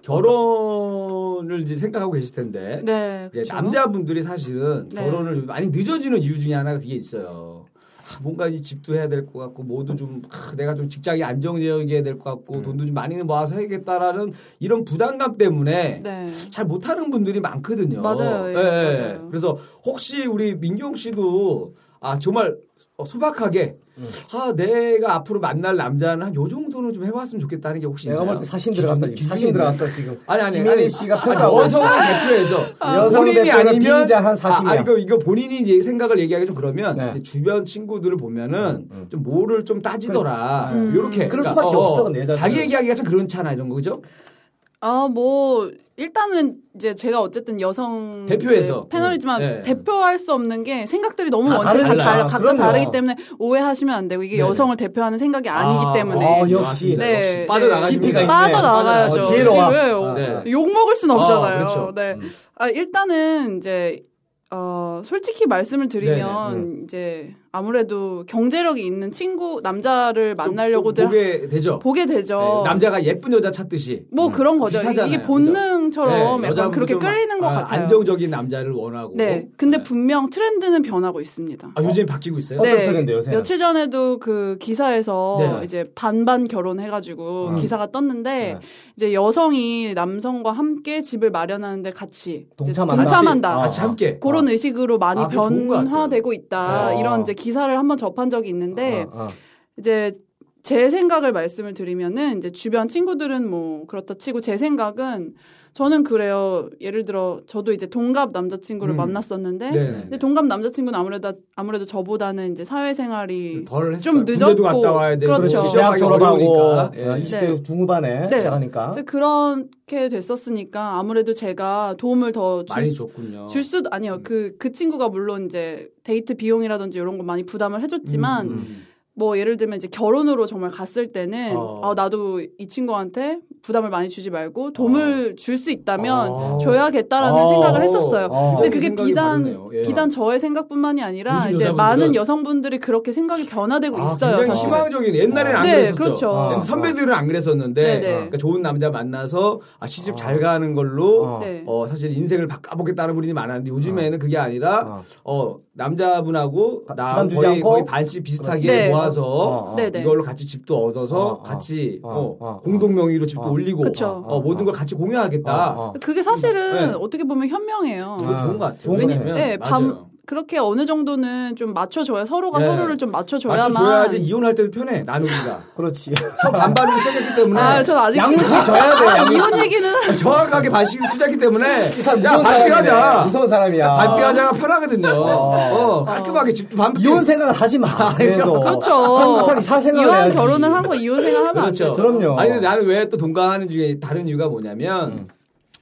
S3: 결혼을 이제 생각하고 계실 텐데
S4: 네,
S3: 이제
S4: 그쵸?
S3: 남자분들이 사실은
S4: 네.
S3: 결혼을 많이 늦어지는 이유 중에 하나가 그게 있어요. 아, 뭔가 이 집도 해야 될 것 같고 뭐도 좀 아, 내가 좀 직장이 안정적이어야 될 것 같고
S4: 음.
S3: 돈도 좀 많이 모아서 해야겠다라는 이런 부담감 때문에
S4: 네.
S3: 잘 못하는 분들이 많거든요.
S4: 맞아요. 예, 맞아요.
S3: 그래서 혹시 우리 민경 씨도 아 정말 어, 소박하게
S2: 음.
S3: 아 내가 앞으로 만날 남자는 한 요 정도는 좀 해봤으면 좋겠다는 게 혹시
S2: 내가
S3: 있나요?
S2: 볼 때 사심
S3: 기준-
S2: 들어갔다 지금.
S3: 기준이
S2: 사심
S3: 있나요?
S2: 들어갔어 지금.
S3: 아니 아니
S2: 김민희
S3: 아니
S2: 씨가
S3: 아니,
S2: 평가하고
S3: 여성을 대표해서
S2: 여성
S3: 아. 본인이
S2: 대표는
S3: 아니면
S2: 피의자 한 사심이야.
S3: 아, 아니 그 이거 본인이 이제 생각을 얘기하기 좀 그러면
S2: 네. 음,
S3: 이제 주변 친구들을 보면은 좀 뭐를 좀 따지더라
S2: 그렇지.
S4: 음.
S3: 요렇게 그러니까 어,
S2: 그럴 수밖에 없어, 근데 여자들은.
S3: 자기 얘기하기가 참 그렇잖아 이런 거죠
S4: 아, 뭐 일단은 이제 제가 어쨌든 여성
S3: 대표해서.
S4: 이제 패널이지만
S3: 네.
S4: 대표할 수 없는 게 생각들이 너무
S2: 다
S4: 원체 다
S2: 다르다.
S4: 달- 각자
S2: 그럼요.
S4: 다르기 때문에 오해하시면 안 되고 이게
S3: 네네.
S4: 여성을 대표하는 생각이 아니기
S3: 아,
S4: 때문에
S2: 어,
S3: 맞습니다.
S2: 역시.
S3: 맞습니다.
S4: 네, 네.
S3: 역시 빠져나가시고
S2: 깊이가 있네.
S4: 빠져나가야죠.
S2: 어, 지혜로워.
S4: 지금
S2: 아,
S3: 아, 네.
S4: 욕 먹을 순 없잖아요.
S3: 아, 그렇죠.
S4: 네.
S3: 음.
S4: 아, 일단은 이제 어, 솔직히 말씀을 드리면 이제 아무래도 경제력이 있는 친구 남자를 만나려고들 보게, 어.
S3: 보게 되죠.
S4: 되죠.
S3: 네, 남자가 예쁜 여자 찾듯이.
S4: 뭐 그런 거죠.
S3: 음, 비슷하잖아요.
S4: 이게 본능처럼
S3: 네,
S4: 약간
S3: 여자분
S4: 그렇게
S3: 좀
S4: 끌리는 것
S3: 아,
S4: 같아요.
S3: 안정적인 남자를 원하고.
S4: 네. 근데
S3: 네.
S4: 분명 트렌드는 변하고 있습니다.
S3: 아, 요즘 바뀌고 있어요.
S4: 네,
S2: 어떤 트렌드 요새는?
S4: 며칠 전에도 그 기사에서
S3: 네.
S4: 이제 반반 결혼해가지고
S3: 음.
S4: 기사가 떴는데
S3: 네.
S4: 이제 여성이 남성과 함께 집을 마련하는데 같이 이제
S2: 동참한다.
S4: 동참한다.
S2: 아,
S3: 같이 함께.
S4: 그런 의식으로 많이
S3: 네. 아, 그거 좋은 것 같아요. 아.
S4: 변화되고 있다
S2: 네.
S4: 이런 이제 기사를 한번 접한 적이 있는데
S2: 어, 어.
S4: 이제 제 생각을 말씀을 드리면은 이제 주변 친구들은 뭐 그렇다 치고 제 생각은 저는 그래요 예를 들어 저도 이제 동갑 남자친구를
S3: 음.
S4: 만났었는데
S3: 네.
S4: 근데 동갑 남자친구는 아무래도 아무래도 저보다는 이제 사회생활이
S3: 덜 했을
S4: 좀
S3: 거예요. 군대도
S4: 늦었고,
S3: 갔다 와야 되고
S4: 그렇죠.
S2: 그렇지.
S4: 그렇죠.
S2: 대학 졸업하고
S3: 어려우니까. 예.
S2: 20대
S4: 네.
S2: 중후반에
S4: 네.
S2: 시작하니까.
S4: 이제 그렇게 됐었으니까 아무래도 제가 도움을 더 줄
S3: 많이
S4: 수
S3: 줬군요. 음.
S4: 도 아니요 그 그 친구가 물론 이제 데이트 비용이라든지 이런 거 많이 부담을 해줬지만
S3: 음.
S4: 뭐 예를 들면 이제 결혼으로 정말 갔을 때는
S3: 어.
S4: 아, 나도 이 친구한테 부담을 많이 주지 말고 도움을 줄 수 있다면
S3: 어.
S4: 줘야겠다라는
S2: 어.
S4: 생각을 했었어요.
S2: 어.
S4: 네. 근데 그게
S3: 생각이
S4: 비단
S3: 다르네요. 예.
S4: 비단 저의 생각뿐만이 아니라
S3: 요즘
S4: 이제
S3: 여자분들은-
S4: 많은 여성분들이 그렇게 생각이 변화되고
S3: 아,
S4: 있어요.
S3: 굉장히
S4: 사실.
S2: 심한-
S3: 희망적인 옛날에는 안
S4: 네,
S3: 그랬었죠.
S4: 그렇죠.
S2: 아.
S3: 어. 선배들은 안 그랬었는데
S4: 네, 네.
S3: 그러니까 좋은 남자 만나서 아, 시집 잘 가는
S2: 어.
S3: 걸로
S4: 네.
S3: 어, 사실 인생을 바꿔보겠다는 분이 많았는데 요즘에는 그게 아니라
S2: 어.
S3: 어, 남자분하고
S2: 바-
S3: 나
S2: 부담 주지
S3: 거의,
S2: 않고?
S3: 거의 반씩 비슷하게
S4: 네.
S3: 모아서
S2: 어, 어.
S4: 네네.
S3: 이걸로 같이 집도 얻어서
S2: 어, 어.
S3: 같이
S2: 어,
S3: 어,
S2: 어,
S3: 공동 명의로 집도
S2: 어.
S3: 올리고
S4: 그쵸.
S3: 어, 모든 걸 같이 공유하겠다.
S2: 어, 어.
S4: 그게 사실은
S3: 아, 네.
S4: 어떻게 보면 현명해요.
S3: 그거
S2: 아,
S3: 좋은 것 같아요.
S2: 좋은 거네.
S3: 왜냐면
S4: 네,
S3: 맞아요.
S4: 밤 그렇게 어느 정도는 좀 맞춰줘야 서로가
S3: 네.
S4: 서로를 좀 맞춰줘야만.
S3: 맞춰줘야지 이혼할 때도 편해 나누기가
S2: 그렇지.
S3: 서로 반반으로 시작했기 때문에
S4: 아, 전 아직
S2: 양육비 줘야 돼. 양육비.
S4: 이혼 얘기는
S3: 정확하게 반씩 투자했기 때문에
S2: 이 사람
S3: 야
S2: 무서운 사람이네.
S3: 반대하자 아.
S2: 무서운 사람이야.
S3: 반대하자가 편하거든요
S2: 어.
S3: 어, 깔끔하게 집도 반대
S2: 이혼 생각은 하지 마. 그래도.
S4: 그렇죠.
S2: 행복하게 살 생각을
S4: 이왕
S2: 해야지.
S4: 결혼을 한 거 이혼 생활 하면 안
S3: 그렇죠
S4: 되죠.
S2: 그럼요.
S3: 아니 근데 나는 왜 또 동감하는 중에 다른 이유가 뭐냐면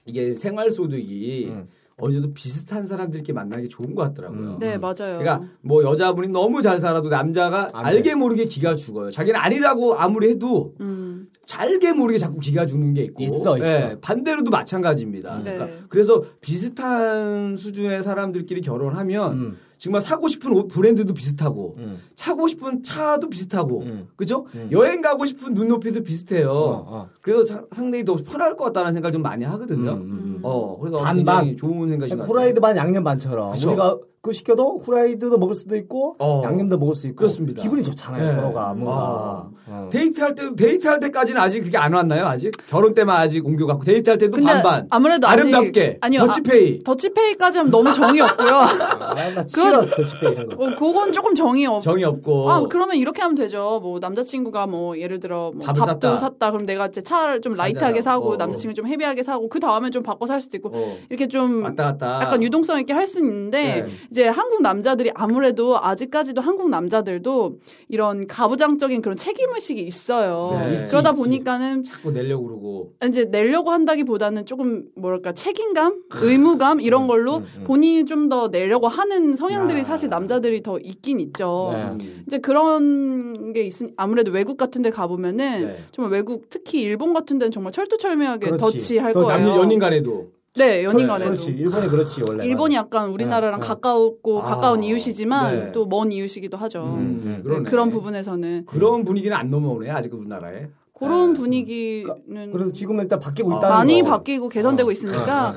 S3: 이게 생활 소득이
S2: 음.
S3: 어느 정도 비슷한 사람들끼리 만나기 좋은 것 같더라고요
S2: 음.
S4: 네, 맞아요.
S3: 그러니까 뭐 여자분이 너무 잘 살아도 남자가
S2: 안
S3: 알게 모르게 기가 죽어요. 자기는 아니라고 아무리 해도
S4: 음.
S3: 잘게 모르게 자꾸 기가 죽는 게 있고
S2: 있어, 음. 있어.
S3: 예, 반대로도 마찬가지입니다.
S4: 네.
S3: 그러니까 그래서 비슷한 수준의 사람들끼리 결혼하면
S2: 음.
S3: 정말 사고 싶은 옷 브랜드도 비슷하고
S2: 음.
S3: 차고 싶은 차도 비슷하고
S2: 음.
S3: 그죠?
S2: 음.
S3: 여행 가고 싶은 눈높이도 비슷해요.
S2: 어, 어.
S3: 그래서 자- 상당히 더 편할 것 같다는 생각을 좀 많이 하거든요.
S4: 음.
S3: 어, 그래서
S2: 반반.
S3: 굉장히 좋은 생각인 것 같아요.
S2: 후라이드 반 양념 반처럼
S3: 그쵸.
S2: 우리가 그 시켜도 후라이드도 먹을 수도 있고
S3: 어.
S2: 양념도 먹을 수 있고
S3: 그렇습니다.
S2: 기분이 좋잖아요
S3: 네.
S2: 서로가 뭔가
S3: 아.
S2: 어.
S3: 데이트할 때 데이트할 때까지는 아직 그게 안 왔나요? 아직 결혼 때만 아직 옮겨 갖고 데이트할 때도
S4: 근데
S3: 반반.
S4: 아무래도 아직-
S3: 아름답게.
S4: 아니요,
S3: 더치페이.
S4: 더치페이까지 하면 너무 정이 없고요.
S2: 아,
S4: 그
S2: 나 싫어 더치페이 이런 거.
S4: 어, 그건 조금 정이 없.
S3: 정이 없고.
S4: 아, 그러면 이렇게 하면 되죠. 뭐 남자친구가 뭐 예를 들어 뭐
S3: 밥을
S4: 밥도
S3: 샀다.
S4: 그럼 내가 이제 차를 좀 라이트하게
S3: 사잖아.
S4: 사고
S3: 어.
S4: 남자친구 좀 헤비하게 사고 그 다음에 좀 바꿔 살 수도 있고
S3: 어.
S4: 이렇게 좀
S3: 왔다 갔다.
S4: 약간 유동성 있게 할 수는 있는데
S3: 아. 네.
S4: 이제 한국 남자들이 아무래도 아직까지도 한국 남자들도 이런 가부장적인 그런 책임 의식이 있어요.
S3: 네. 있지,
S4: 그러다
S3: 있지.
S4: 보니까는
S3: 자꾸 내려고 그러고.
S4: 이제 내려고 한다기보다는 조금 뭐랄까 책임감, 의무감
S3: 음,
S4: 이런 걸로 본인이 좀 더 내려고 하는 성향들이
S3: 아.
S4: 사실 남자들이 더 있긴 있죠.
S2: 네.
S3: 음.
S4: 이제 그런 게 있으니 아무래도 외국 같은 데 가보면은
S3: 네.
S4: 정말 외국 특히 일본 같은 데는 정말 철두철미하게
S2: 그렇지.
S4: 더치할
S2: 또
S4: 거예요.
S3: 남녀 연인 간에도
S4: 네, 연인 간에도.
S2: 그렇지 일본이 그렇지 원래
S4: 일본이 약간 우리나라랑
S2: 네, 네.
S4: 가까웠고
S3: 아,
S4: 가까운 이웃이지만
S3: 네.
S4: 또 먼 이웃이기도 하죠.
S2: 음, 음,
S3: 그러네.
S4: 어. 그런 부분에서는
S3: 그런 분위기는 안 넘어오네 아직 우리나라에.
S4: 그런
S3: 네.
S4: 분위기는
S2: 그래서 지금은 일단 바뀌고
S3: 아.
S2: 있다는
S4: 많이
S2: 거. 아. 어,
S4: 바뀌고 개선되고 있으니까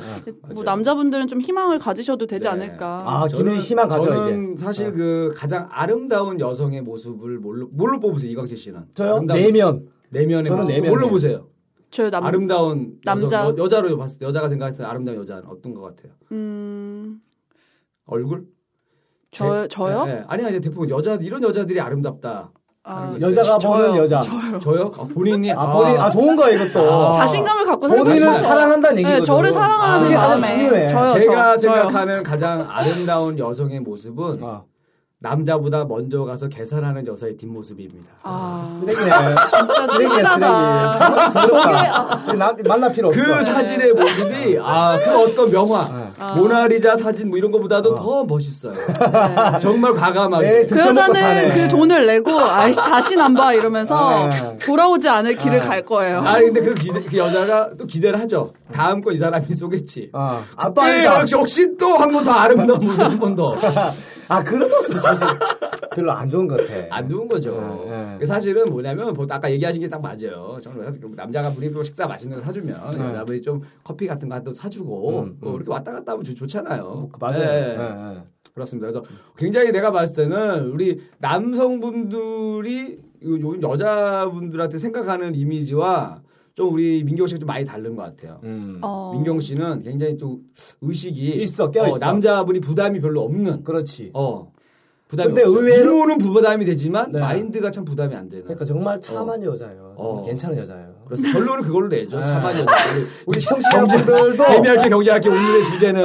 S3: 맞아요.
S4: 뭐 남자분들은 좀 희망을 가지셔도 되지
S3: 네.
S4: 않을까.
S2: 아 기분이 희망 가져 이제 네.
S3: 저는 사실 그 가장 아름다운 여성의 모습을 뭘로, 뭘로 뽑으세요 이광재 씨는?
S2: 저요
S3: 아름다운
S2: 내면
S3: 내면의
S2: 저는
S3: 모습
S2: 내면이에요.
S3: 뭘로 보세요?
S4: 저 남,
S3: 아름다운
S4: 남자.
S3: 남자 여, 자로 봤을 때 여자가 생각했을 때 아름다운 여자는 어떤 것 같아요?
S4: 음,
S3: 얼굴?
S4: 저 저요?
S3: 네, 네. 아니 아니 대부분 여자 이런 여자들이 아름답다.
S4: 아,
S3: 있어요.
S2: 여자가 보는
S4: 저요.
S2: 여자
S4: 저요.
S3: 저요? 아, 본인이
S2: 아, 본인, 아 좋은 거야 이것도
S3: 아.
S4: 자신감을 갖고 살고
S2: 본인을
S4: 싶어요.
S2: 사랑한다는
S4: 네,
S2: 얘기거든
S4: 저를 사랑하는
S2: 그게 가장
S4: 마음에
S2: 중요해.
S4: 저요.
S3: 제가
S4: 저, 저요.
S3: 생각하는 가장 아름다운 여성의 모습은
S2: 아.
S3: 남자보다 먼저 가서 계산하는 여자의 뒷모습입니다.
S4: 아,
S2: 쓰레기네.
S4: 진짜
S2: 쓰레기네,
S4: 찔하다. 아.
S2: 쓰레기. 부럽다. 나, 만날 필요 네. 없어.
S3: 그 사진의 모습이 아 그 어떤 명화
S4: 아.
S3: 모나리자 사진 뭐 이런 거보다도 더 멋있어요. 정말 과감하게.
S2: 아. 네,
S4: 그
S2: 그쳐먹고
S4: 여자는
S2: 사네.
S4: 그 돈을 내고 아이씨 다시 안 봐 이러면서
S2: 네.
S4: 돌아오지 않을 길을 갈 거예요.
S3: 아 근데 그, 기대, 그 여자가 또 기대를 하죠. 다음 거 이 사람이 쏘겠지.
S2: 아,
S3: 네,
S2: 아빠가
S3: 역시, 역시 또 한 번 더 아름다운 모습 한 번 더.
S2: 아 그런 모습 사실 별로 안 좋은 것 같아.
S3: 안 좋은 거죠.
S2: 예,
S3: 그 사실은 뭐냐면 보통 아까 얘기하신 게 딱 맞아요. 저는 사실 남자가 분이 또 식사 맛있는 거 사주면 여자분이 좀 커피 같은 거 한 잔 사주고
S2: 네. 음,
S3: 뭐
S2: 음.
S3: 이렇게 왔다 갔다 하면 좋, 좋잖아요.
S2: 그 맞아요.
S3: 예,
S2: 예,
S3: 예.
S2: 예.
S3: 그렇습니다. 그래서 굉장히 내가 봤을 때는 우리 남성분들이 요- 요즘 여자분들한테 생각하는 이미지와 좀 우리 민경 씨가 좀 많이 다른 것 같아요.
S2: 음.
S4: 어.
S3: 민경 씨는 굉장히 좀 의식이
S2: 있어, 껴있어.
S3: 어, 남자분이 부담이 별로 없는
S2: 그렇지.
S3: 어 부담이
S2: 근데
S3: 없어요.
S2: 의외로-
S3: 이모는 부담이 되지만
S2: 네.
S3: 마인드가 참 부담이 안 되는.
S2: 그러니까 정말 참한 여자예요. 정말
S3: 어.
S2: 괜찮은 여자예요.
S3: 그래서 결론은 그걸로 내죠.
S2: 네.
S3: 참한 여자. 우리-
S2: 우리 청취자분들도 아.
S3: 개미할게 경제할게 오늘의 주제는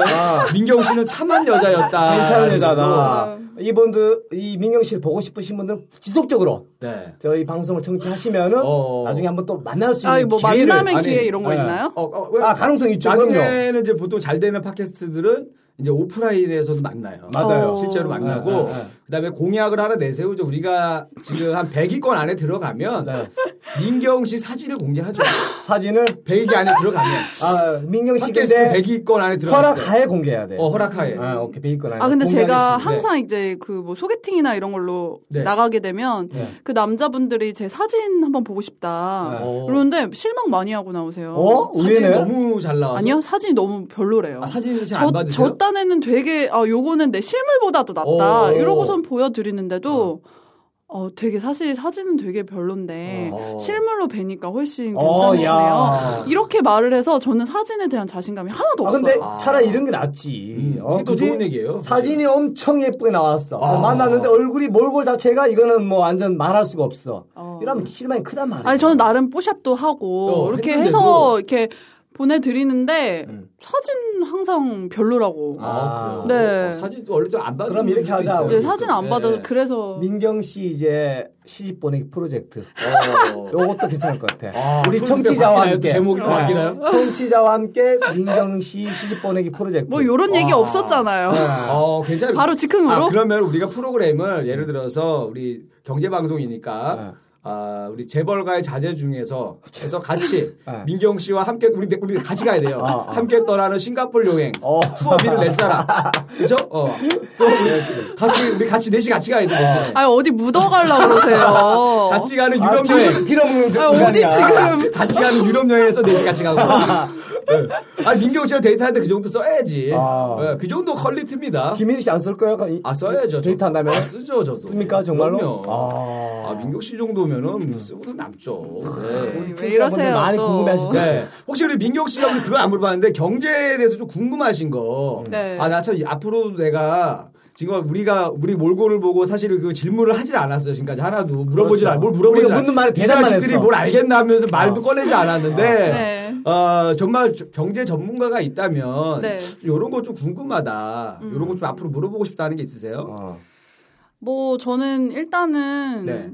S3: 민경 씨는 참한 여자였다.
S2: 괜찮은 여자다.
S3: 어.
S4: 아.
S2: 이분들 이 민경 씨를 보고 싶으신 분들은 지속적으로
S3: 네.
S2: 저희 방송을 청취하시면은
S3: 어.
S2: 나중에 한번 또 만날 수 있는
S4: 아, 뭐
S2: 기회를
S4: 만남의
S3: 아니,
S4: 기회 이런 거
S2: 예.
S4: 있나요?
S3: 어, 어, 왜-
S2: 아, 가능성 있죠,
S3: 나중에는 이제 보통 잘 되는 팟캐스트들은 이제 오프라인에서도 만나요.
S2: 맞아요.
S4: 어.
S3: 실제로 만나고
S2: 네, 네, 네.
S3: 그다음에 공약을 하나 내세우죠. 우리가 지금 한 100위권 안에 들어가면
S2: 네.
S3: 민경 씨 사진을 공개하죠.
S2: 사진을
S3: 100위 안에 들어가면
S2: 아 민경 씨
S3: 팟캐스트
S2: 근데
S3: 100위권 안에 들어가.
S2: 허락하에 공개해야 돼.
S3: 어, 허락하에.
S2: 아, 오케이 베이컨 아니야.
S4: 아 근데 제가
S2: 공개하겠습니다.
S4: 항상 이제 그 뭐 소개팅이나 이런 걸로
S3: 네.
S4: 나가게 되면
S2: 네.
S4: 그 남자분들이 제 사진 한번 보고
S2: 네.
S4: 싶다
S3: 어.
S4: 그러는데 실망 많이 하고 나오세요.
S2: 어?
S3: 사진
S2: 의외네요.
S3: 너무 잘 나와서.
S4: 아니요 사진이 너무 별로래요.
S3: 아, 사진 잘안
S4: 저,
S3: 받으세요?
S4: 저 딴에는 되게 아 요거는 내 실물보다도 낫다
S3: 어.
S4: 이러고선 보여드리는데도 어 되게 사실 사진은 되게 별론데
S3: 어.
S4: 실물로 뵈니까 훨씬
S2: 어,
S4: 괜찮으시네요.
S3: 아,
S2: 야.
S4: 이렇게 말을 해서 저는 사진에 대한 자신감이 하나도
S2: 아
S4: 없어요.
S2: 근데
S3: 아.
S2: 차라리 이런 게 낫지.
S3: 음,
S2: 어,
S3: 이게 더
S2: 굳이
S3: 좋은 얘기예요.
S2: 사진이 엄청 예쁘게 나왔어.
S3: 아.
S2: 만났는데 얼굴이 몰골 자체가 이거는 뭐 완전 말할 수가 없어.
S4: 어.
S2: 이러면 실망이 크단 말이야.
S4: 아니 저는 나름 뽀샵도 하고
S3: 어,
S4: 이렇게
S3: 했는데도.
S4: 해서 이렇게 보내드리는데
S2: 음.
S4: 사진 항상 별로라고.
S3: 아, 그래요?
S4: 네.
S3: 어, 사진 원래 좀 안 받는
S2: 그럼 이렇게
S3: 분들도
S2: 하자.
S3: 있어요.
S4: 네, 사진 안
S3: 네.
S4: 받아서 그래서
S2: 민경 씨 이제 시집 보내기 프로젝트.
S3: 어.
S2: 요것도 괜찮을 것 같아.
S3: 아,
S2: 우리
S3: 프로젝트
S2: 청취자와
S3: 바뀌나요?
S2: 함께
S3: 제목이 또
S2: 네.
S3: 바뀌나요?
S2: 청취자와 함께 민경 씨 시집 보내기 프로젝트.
S4: 뭐 요런 얘기
S2: 와.
S4: 없었잖아요.
S2: 네.
S3: 어, 괜찮아요.
S4: 바로 즉흥으로?
S3: 아, 그러면 우리가 프로그램을 예를 들어서 우리 경제 방송이니까
S2: 네. 어,
S3: 아, 우리 재벌가의 자제 중에서 해서 같이
S2: 네.
S3: 민경 씨와 함께 우리 우리 같이 가야 돼요.
S2: 아, 아.
S3: 함께 떠나는 싱가포르 여행
S2: 어.
S3: 투어비를 낼 사람. 그죠? 어. 또 우리 같이 우리 같이 넷이 같이 가야 돼.
S4: 아니 어디 묻어가려고 그러세요.
S3: 같이 가는
S2: 아,
S3: 유럽
S2: 필요-
S3: 여행.
S2: 필요 없는
S4: 아, 어디
S2: 공간이야.
S4: 지금
S3: 같이 가는 유럽 여행에서 넷이 같이 가고. 네. 아 민경 씨랑 데이트하는데 그 정도 써야지.
S2: 아.
S3: 네, 그 정도 퀄리티입니다.
S2: 김일희 씨 안 쓸 거예요?
S3: 아 써야죠.
S2: 데이트 한다면
S3: 아, 쓰죠 저도.
S2: 씁니까 정말로?
S3: 그럼요.
S2: 아,
S3: 아 민경 씨 정도면은
S2: 음.
S3: 쓰고도 남죠.
S4: 네,
S3: 네.
S4: 왜
S2: 청취자분들
S4: 이러세요?
S2: 많이
S4: 또.
S2: 궁금해하실 거예요.
S3: 네. 혹시 우리 민경 씨가 우리 그거 안 물어봤는데 경제에 대해서 좀 궁금하신 거.
S2: 음.
S4: 네.
S3: 아 나 참 앞으로도 내가 지금 우리가 우리 몰골을 보고 사실 그 질문을 하질 않았어요 지금까지 하나도 물어보질
S2: 그렇죠.
S3: 않, 뭘 물어보질
S2: 우리가
S3: 않.
S2: 묻는 말에 대답만
S3: 이 자식들이
S2: 했어. 아.
S3: 뭘 알겠나 하면서 말도 꺼내지 않았는데.
S4: 네.
S3: 어, 정말 저- 경제 전문가가 있다면
S4: 네.
S3: 이런 거 좀 궁금하다.
S4: 음.
S3: 이런 거 좀 앞으로 물어보고 싶다는 게 있으세요?
S2: 어.
S4: 뭐 저는 일단은
S3: 네.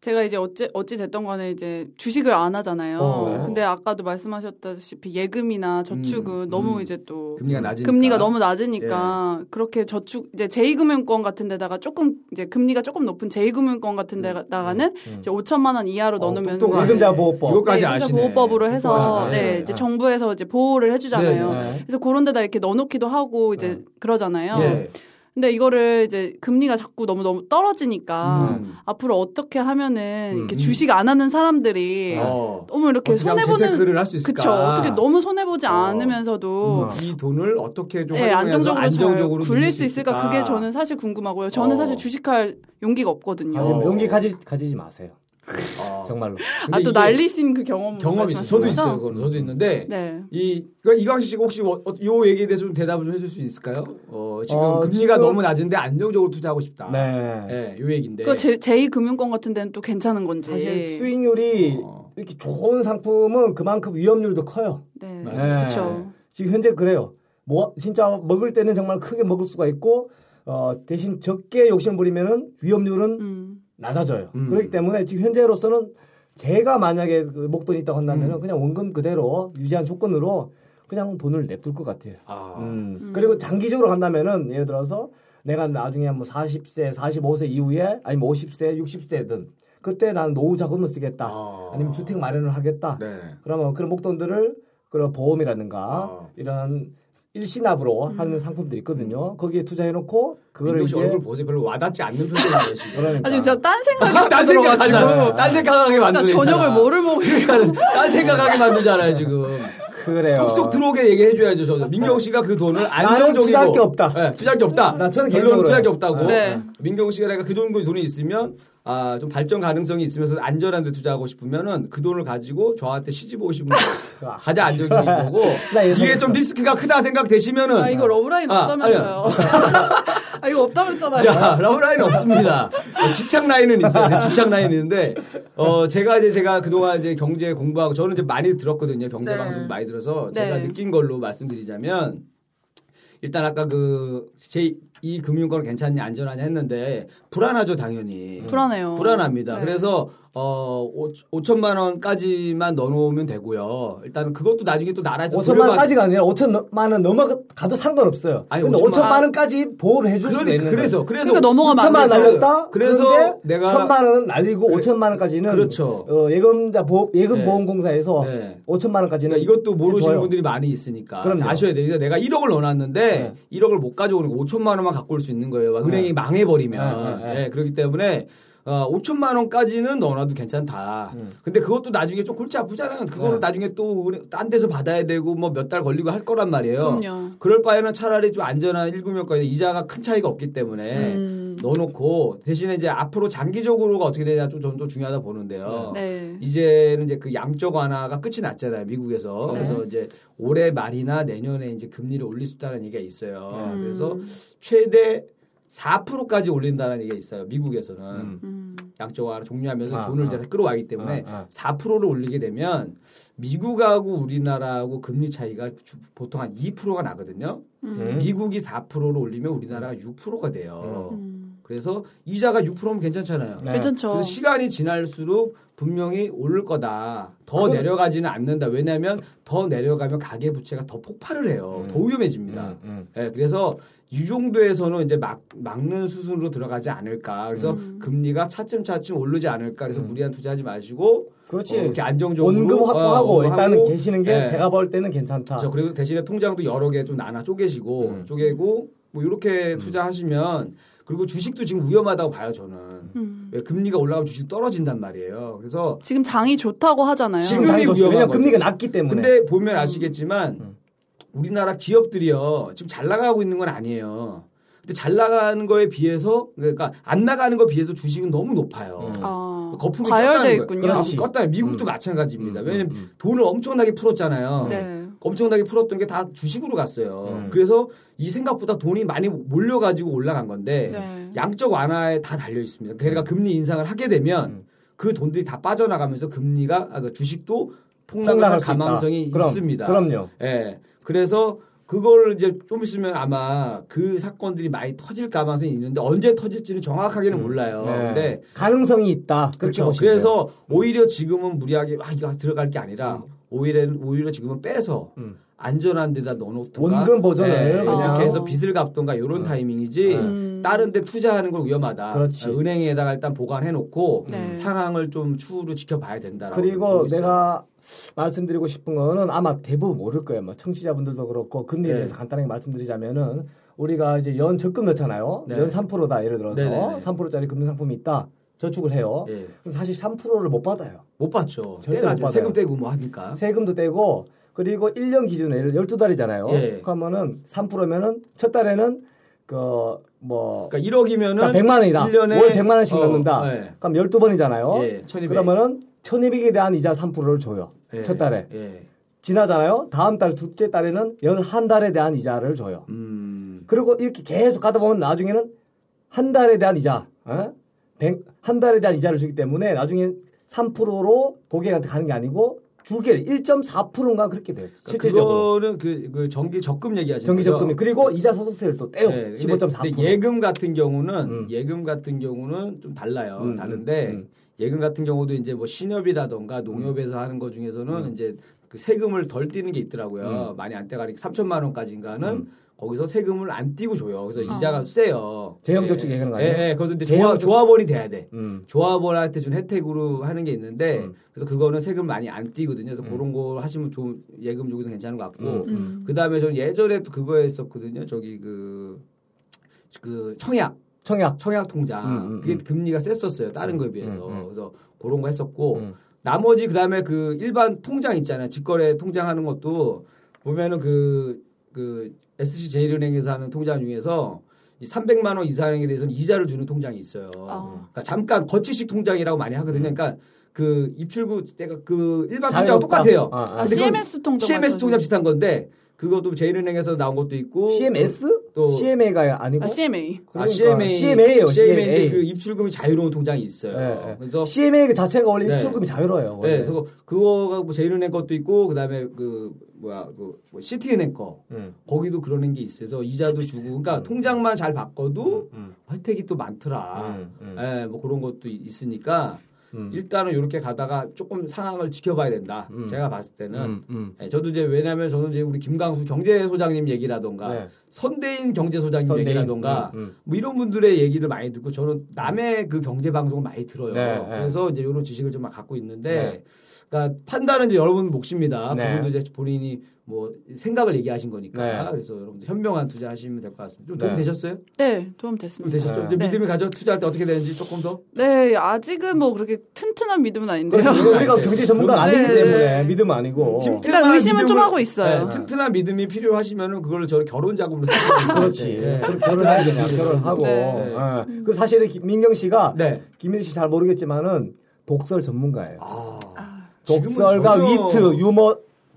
S4: 제가 이제 어찌 어찌 됐던 간에 이제 주식을 안 하잖아요.
S3: 어.
S4: 근데 아까도 말씀하셨다시피 예금이나 저축은
S3: 음,
S4: 너무
S3: 음.
S4: 이제 또
S3: 금리가 낮으니까. 예.
S4: 금리가 너무 낮으니까 그렇게 저축 이제 제2금융권 같은 데다가 조금 이제 금리가 조금 높은 제2금융권 같은 데다가는 이제 5천만 원 이하로
S3: 음. 어,
S4: 넣으면
S3: 똑똑하네.
S2: 예금자 보호법.
S3: 이것까지
S4: 네,
S3: 아시네.
S4: 보호법으로 해서
S3: 똑똑하시네.
S4: 네, 이제 정부에서 이제 보호를 해주잖아요.
S3: 네,
S2: 네.
S4: 그래서 그런 데다 이렇게 넣어놓기도 하고 이제
S2: 네.
S4: 그러잖아요.
S3: 예.
S4: 근데 이거를 이제 금리가 자꾸 너무 너무 떨어지니까
S3: 음.
S4: 앞으로 어떻게 하면은 이렇게
S3: 음.
S4: 주식 안 하는 사람들이
S3: 어.
S4: 너무 이렇게
S3: 어떻게 하면
S4: 예. 손해 보는
S3: 재테크를 할 수 있을까?
S4: 그쵸 어떻게 너무 손해 보지
S3: 어.
S4: 않으면서도
S2: 음.
S3: 이 돈을 어떻게 좀
S4: 예,
S3: 활용해서
S4: 안정적으로,
S3: 안정적으로
S4: 잘 굴릴
S3: 누릴 아.
S4: 수 있을까? 그게 저는 사실 궁금하고요. 저는
S3: 어.
S4: 사실 주식할 용기가 없거든요.
S2: 가지,
S3: 어.
S2: 용기 가지, 가지지 마세요.
S3: 어.
S2: 정말로.
S4: 아
S3: 근데
S4: 또
S3: 이게
S4: 날리신 그 경험
S3: 경험이 있어요.
S4: 말씀하시는
S3: 저도
S4: 거죠?
S3: 있어요. 그건 저도 있는데
S4: 네.
S3: 이 그러니까 이광식 씨가 혹시 어, 어, 요 얘기에 대해서 좀 대답을 좀 해줄 수 있을까요? 어, 지금
S2: 어,
S3: 금리가
S2: 지금-
S3: 너무 낮은데 안정적으로 투자하고 싶다.
S2: 네.
S3: 예, 요 얘기인데.
S4: 그 제, 제2금융권 같은 데는 또 괜찮은 건지.
S2: 사실 수익률이
S3: 어.
S2: 이렇게 좋은 상품은 그만큼 위험률도 커요.
S4: 네.
S3: 맞아요.
S2: 네.
S4: 그렇죠.
S2: 지금 현재 그래요. 뭐 진짜 먹을 때는 정말 크게 먹을 수가 있고 어, 대신 적게 욕심 부리면은
S3: 네.
S2: 위험률은
S4: 음.
S2: 낮아져요.
S3: 음.
S2: 그렇기 때문에 지금 현재로서는 제가 만약에 그 목돈이 있다고 한다면은
S3: 음.
S2: 그냥 원금 그대로 유지한 조건으로 그냥 돈을 냅둘 것 같아요.
S3: 아.
S2: 음.
S4: 음.
S2: 그리고 장기적으로 간다면은 예를 들어서 내가 나중에 뭐 40세, 45세 이후에 아니면 뭐 50세, 60세든 그때 나는 노후 자금을 쓰겠다.
S3: 아.
S2: 아니면 주택 마련을 하겠다.
S3: 네.
S2: 그러면 그런 목돈들을 그런 보험이라든가
S3: 아.
S2: 이런 일시납으로 하는 상품들이 있거든요. 거기에 투자해놓고 그거를
S3: 민경 씨
S2: 이제
S3: 얼굴 보세요. 별로 와닿지 않는 표정이에요 지금.
S2: 그러니까.
S4: 아니 저딴 생각이
S3: 딴 생각하잖아요.
S4: 들어가지고
S3: 딴 생각하게
S4: 나
S3: 만드는.
S4: 저녁을 뭐를 먹을까
S3: 딴 생각하게 만들잖아요 지금.
S2: 그래요.
S3: 속속 들어오게 얘기해줘야죠. 저는 민경 씨가 그 돈을 안정적이고
S2: 네, 나는 투자할 게 없다.
S3: 네, 투자할 게 없다.
S2: 나 저는 개인적으로
S3: 결론은 투자할 게 없다고.
S4: 네.
S3: 민경 씨가 내가 그 정도 돈이 있으면 아, 좀 발전 가능성이 있으면서 안전한 데 투자하고 싶으면은 그 돈을 가지고 저한테 시집 오시면
S2: 그 아,
S3: 가장 안정적인 거고
S2: 나 예상했어.
S3: 이게 좀 리스크가 크다 생각되시면은
S4: 아 이거 러브라인
S3: 아,
S4: 없다면서요 아 이거 없다 그랬잖아요
S3: 자, 러브라인 없습니다. 어, 집착 라인은 있어요. 네, 집착 라인은 있는데, 어, 제가 이제 제가 그동안 이제 경제 공부하고 저는 이제 많이 들었거든요. 경제
S4: 네.
S3: 방송 많이 들어서
S4: 네.
S3: 제가 느낀 걸로 말씀드리자면, 일단 아까 그, 제 이 금융권 괜찮냐, 안전하냐 했는데, 불안하죠, 당연히.
S4: 음. 불안해요
S3: 불안합니다.
S4: 네.
S3: 그래서 어 5천만 원까지만 넣어놓으면 되고요. 일단 그것도 나중에 또 나라에서
S2: 5천만
S3: 돌려받-
S2: 원까지가 아니라 5천만 원 넘어가도 상관없어요.
S3: 아니,
S2: 근데
S3: 5천만
S2: 5천만 원까지 보호를 해줄 수 있는
S3: 그러니까 그래서 그래서
S4: 그러니까 넘어가면 안
S2: 5천만 원
S4: 되죠.
S2: 날렸다.
S3: 그래서
S2: 그래서
S3: 내가-
S2: 내가 1천만 원은 날리고
S3: 그래-
S2: 5천만 원까지는
S3: 그렇죠.
S2: 어, 예금자 보, 예금
S3: 네.
S2: 보험공사에서
S3: 네.
S2: 5천만 원까지는
S3: 그러니까 이것도 모르시는
S2: 해줘요.
S3: 분들이 많이 있으니까
S2: 네, 그럼요. 네.
S3: 아셔야 돼요. 그러니까 내가 1억을 넣어놨는데 1억을 못 가져오는 거 5천만 원만 갖고 올 수 있는 거예요. 은행이 망해버리면.
S2: 네, 네,
S3: 예, 그렇기 때문에 어, 5천만 원까지는 넣어놔도 괜찮다. 근데 그것도 나중에 좀 골치 아프잖아요. 그거를
S2: 음. 네.
S3: 나중에 또 딴 데서 받아야 되고 뭐 몇 달 걸리고 할 거란 말이에요.
S4: 그럼요
S3: 그럴 바에는 차라리 좀 안전한 1금융권에 이자가 큰 차이가 없기 때문에
S4: 음.
S3: 넣어놓고 대신에 이제 앞으로 장기적으로가 어떻게 되냐 좀 좀 더 중요하다 보는데요.
S4: 네
S3: 이제는 이제 그 양적 완화가 끝이 났잖아요 미국에서
S4: 네.
S3: 그래서 이제 올해 말이나 내년에 이제 금리를 올릴 수 있다는 얘기가 있어요
S4: 음.
S3: 그래서 최대 4%까지 올린다는 얘기가 있어요 미국에서는
S2: 음.
S4: 음.
S3: 양적 완화 종료하면서
S2: 아,
S3: 돈을
S2: 아.
S3: 이제 끌어와기 때문에
S2: 아,
S3: 4%를 올리게 되면 미국하고 우리나라하고 금리 차이가 주- 보통 한 2%가 나거든요
S2: 음.
S3: 미국이 4%를 올리면 우리나라가 6%가 돼요
S4: 음.
S3: 그래서 이자가 6%면 괜찮잖아요
S2: 네.
S4: 괜찮죠
S3: 그래서 시간이 지날수록 분명히 오를 거다. 더
S2: 그건-
S3: 내려가지는 않는다. 왜냐하면 더 내려가면 가계 부채가 더 폭발을 해요.
S2: 음.
S3: 더 위험해집니다.
S2: 음, 음.
S3: 예, 그래서 이 정도에서는 이제 막, 막는 수순으로 들어가지 않을까. 그래서
S4: 음.
S3: 금리가 차츰차츰 오르지 않을까. 그래서 무리한 투자하지 마시고
S2: 음. 그렇지.
S3: 어, 이렇게 안정적으로
S2: 원금 확보하고
S3: 어, 원금
S2: 일단은
S3: 하고,
S2: 계시는 게
S3: 예.
S2: 제가 볼 때는 괜찮다.
S3: 그렇죠. 그리고 대신에 통장도 여러 개 좀 나눠 쪼개시고
S2: 음.
S3: 쪼개고 뭐 이렇게 투자하시면 그리고 주식도 지금 위험하다고 봐요 저는.
S4: 음.
S3: 왜 금리가 올라가면 주식 떨어진단 말이에요. 그래서
S4: 지금 장이 좋다고 하잖아요
S3: 지금-
S2: 당연히
S3: 위험한
S2: 좋죠. 왜냐면
S3: 거죠.
S2: 금리가 낮기 때문에.
S3: 근데 보면 아시겠지만
S2: 음.
S3: 우리나라 기업들이요 지금 잘 나가고 있는 건 아니에요. 근데 잘 나가는 거에 비해서 그러니까 안 나가는 거에 비해서 주식은 너무 높아요.
S2: 음.
S4: 아,
S3: 어. 거품이
S4: 과열돼
S3: 꼈다는
S4: 있군요.
S3: 거예요. 그렇죠.
S2: 그렇지.
S3: 껐다. 미국도
S2: 음.
S3: 마찬가지입니다.
S2: 음,
S3: 왜냐면
S2: 음, 음.
S3: 돈을 엄청나게 풀었잖아요.
S4: 네
S3: 엄청나게 풀었던 게 다 주식으로 갔어요.
S2: 음.
S3: 그래서 이 생각보다 돈이 많이 몰려가지고 올라간 건데
S4: 네.
S3: 양적 완화에 다 달려 있습니다. 그러니까 금리 인상을 하게 되면
S2: 음.
S3: 그 돈들이 다 빠져나가면서 금리가 아, 그 주식도 폭락할
S2: 폭락할 수 있다.
S3: 가망성이
S2: 그럼,
S3: 있습니다.
S2: 그럼요.
S3: 예. 그래서 그걸 이제 좀 있으면 아마 그 사건들이 많이 터질 가능성이 있는데 언제 터질지는 정확하게는 몰라요.
S2: 네.
S3: 어, 근데
S2: 가능성이 있다. 그렇게
S3: 그렇죠.
S2: 보시면 돼요.
S3: 그래서 오히려 지금은 무리하게 아 이거 들어갈 게 아니라 오히려 오히려 지금은 빼서
S2: 음.
S3: 안전한 데다 넣어놓던가
S2: 원금 보전을
S3: 예,
S2: 그냥. 네.
S3: 이렇게 해서 빚을 갚던가 이런 타이밍이지
S4: 아. 음.
S3: 다른 데 투자하는 건 위험하다.
S2: 그렇지.
S3: 아, 은행에다가 일단 보관해놓고
S4: 네.
S3: 상황을 좀 추후로 지켜봐야 된다라고
S2: 그리고
S3: 보고 있어요.
S2: 내가 말씀드리고 싶은 거는 아마 대부분 모를 거예요. 뭐 청취자분들도 그렇고 금리에
S3: 네.
S2: 대해서 간단하게 말씀드리자면은 우리가 이제 연 적금 넣잖아요.
S3: 네.
S2: 연 3%다 예를 들어서
S3: 네네네.
S2: 3%짜리 금융 상품이 있다. 저축을 해요.
S3: 예.
S2: 그럼 사실 3%를 못 받아요.
S3: 못 봤죠.
S2: 절대
S3: 때가
S2: 못
S3: 이제
S2: 받아요.
S3: 세금 떼고 뭐 하니까.
S2: 세금도 떼고 그리고 1년 기준에 예를 12달이잖아요.
S3: 예.
S2: 그러면은 3%면은 첫 달에는 그뭐
S3: 그러니까 1억이면은
S2: 자, 100만 원이다. 월 100만 원씩 넣는다.
S3: 예.
S2: 그럼 12번이잖아요.
S3: 예. 1200.
S2: 그러면은 1200에 대한 이자 3%를 줘요.
S3: 예.
S2: 첫 달에.
S3: 예.
S2: 지나잖아요. 다음 달 둘째 달에는 연 한 달에 대한 이자를 줘요.
S3: 음.
S2: 그리고 이렇게 계속 가다 보면 나중에는 한 달에 대한 이자, 어? 백- 한 달에 대한 이자를 주기 때문에 나중에 3%로 고객한테 가는 게 아니고 주게 1.4%인가 그렇게 돼요.
S3: 그러니까
S2: 실질적으로.
S3: 그거는 그, 그 정기 적금 얘기하시는
S2: 정기
S3: 거죠?
S2: 적금이 그리고 이자 소득세를 또 떼요.
S3: 네, 근데-
S2: 15.4%.
S3: 근데 예금 같은 경우는
S2: 음.
S3: 예금 같은 경우는 좀 달라요.
S2: 음,
S3: 다른데
S2: 음, 음.
S3: 예금 같은 경우도 이제 뭐 신협이라던가 농협에서 하는 거
S2: 음.
S3: 중에서는 이제 그 세금을 덜 떼는 게 있더라고요. 많이 안 떼가니까 3천만 원까지인가는
S2: 음.
S3: 거기서 세금을 안 떼고 줘요. 그래서
S4: 어.
S3: 이자가 세요.
S2: 재형저축
S3: 예.
S2: 얘기하는 아. 거
S3: 예,
S2: 아니에요?
S3: 예. 그래서 이제
S2: 재형저축-
S3: 조합, 조합원이 돼야 돼.
S2: 음.
S3: 조합원한테 준 혜택으로 하는 게 있는데
S2: 음.
S3: 그래서 그거는 세금 많이 안 떼거든요. 그래서 그런 거 하시면 좀 예금 쪽에서 괜찮은 것 같고
S2: 음.
S4: 음.
S3: 그 다음에 저는 예전에 또 그거 했었거든요. 저기 그, 그 청약,
S2: 청약.
S3: 청약 통장.
S2: 음, 음,
S3: 그게
S2: 음.
S3: 금리가 셌었어요. 다른 거에 비해서.
S2: 음, 음.
S3: 그래서 그런 거 했었고.
S2: 음.
S3: 나머지 그 다음에 그 일반 통장 있잖아요. 직거래 통장 하는 것도 보면은 그, 그 SC제일은행에서 하는 통장 중에서 이 300만 원 이상에 대해서는 이자를 주는 통장이 있어요.
S4: 어.
S3: 그러니까 잠깐 거치식 통장이라고 많이 하거든요. 그러니까 그 입출구 때가 그 일반 통장하고
S2: 음. 자유롭다.
S3: 똑같아요.
S2: 아, 아.
S4: 아,
S3: 근데 그건
S4: CMS 통장
S3: CMS 통장
S4: 말씀하시는
S3: 비슷한 건데 그것도 제일은행에서 나온 것도 있고
S2: CMS?
S3: 또-
S2: CMA가 아니고
S4: 아, CMA.
S3: 아,
S2: 그러니까
S3: CMA
S2: CMA예요.
S3: CMA인데
S2: CMA.
S3: 그 입출금이 자유로운 통장이 있어요.
S2: 예, 예.
S3: 그래서
S2: CMA 그 자체가 원래
S3: 네.
S2: 입출금이 자유로워요. 원래.
S3: 네, 그거 그거가 뭐 제일은행 것도 있고 그다음에 그 뭐야 그뭐 시티은행 거
S2: 음.
S3: 거기도 그러는 게 있어서 이자도 주고 그러니까 통장만 잘 바꿔도
S2: 음.
S3: 혜택이 또 많더라.
S2: 음, 음.
S3: 예, 뭐 그런 것도 있으니까
S2: 음.
S3: 일단은 이렇게 가다가 조금 상황을 지켜봐야 된다.
S2: 음.
S3: 제가 봤을 때는
S2: 음, 음.
S3: 예, 저도 이제 왜냐하면 저는 이제 우리 김강수 경제소장님 얘기라던가
S2: 네.
S3: 선대인 경제소장님
S2: 선대인.
S3: 얘기라던가
S2: 음, 음.
S3: 뭐 이런 분들의 얘기를 많이 듣고 저는 남의 그 경제 방송을 많이 들어요.
S2: 네, 네.
S3: 그래서 이제 이런 지식을 좀 갖고 있는데
S2: 네.
S3: 그러니까 판단은 이제 여러분 몫입니다.
S2: 네.
S3: 그분도 이제 본인이 뭐 생각을 얘기하신 거니까
S2: 네.
S3: 그래서 여러분들 현명한 투자하시면 될 것 같습니다. 좀 도움
S2: 네.
S3: 되셨어요?
S4: 네, 도움
S3: 좀
S4: 됐습니다.
S3: 되셨죠?
S2: 네.
S3: 이제
S4: 네.
S3: 믿음이 가죠? 투자할 때 어떻게 되는지 조금 더?
S4: 네, 아직은 뭐 그렇게 튼튼한 믿음은 아닌데요.
S2: 그렇죠. 이거 우리가
S3: 네.
S2: 경제 전문가 가
S4: 네.
S2: 아니기
S4: 네.
S2: 때문에 믿음 아니고. 네.
S3: 찜찜-
S4: 일단 의심은 좀
S3: 믿음을-
S4: 하고 있어요.
S3: 네, 튼튼한 믿음이 필요하시면은 그걸 저 결혼 자금으로 쓰는 거예요.
S2: 그렇지.
S3: 네.
S2: 그럼 결혼해야 되냐. 결혼하고.
S4: 네.
S2: 예. 그 사실은 김- 민경 씨가
S3: 네.
S2: 김민희 씨 잘 모르겠지만은 독설 전문가예요.
S4: 아,
S2: 독설과
S3: 지금은 전혀-
S2: 위트, 유머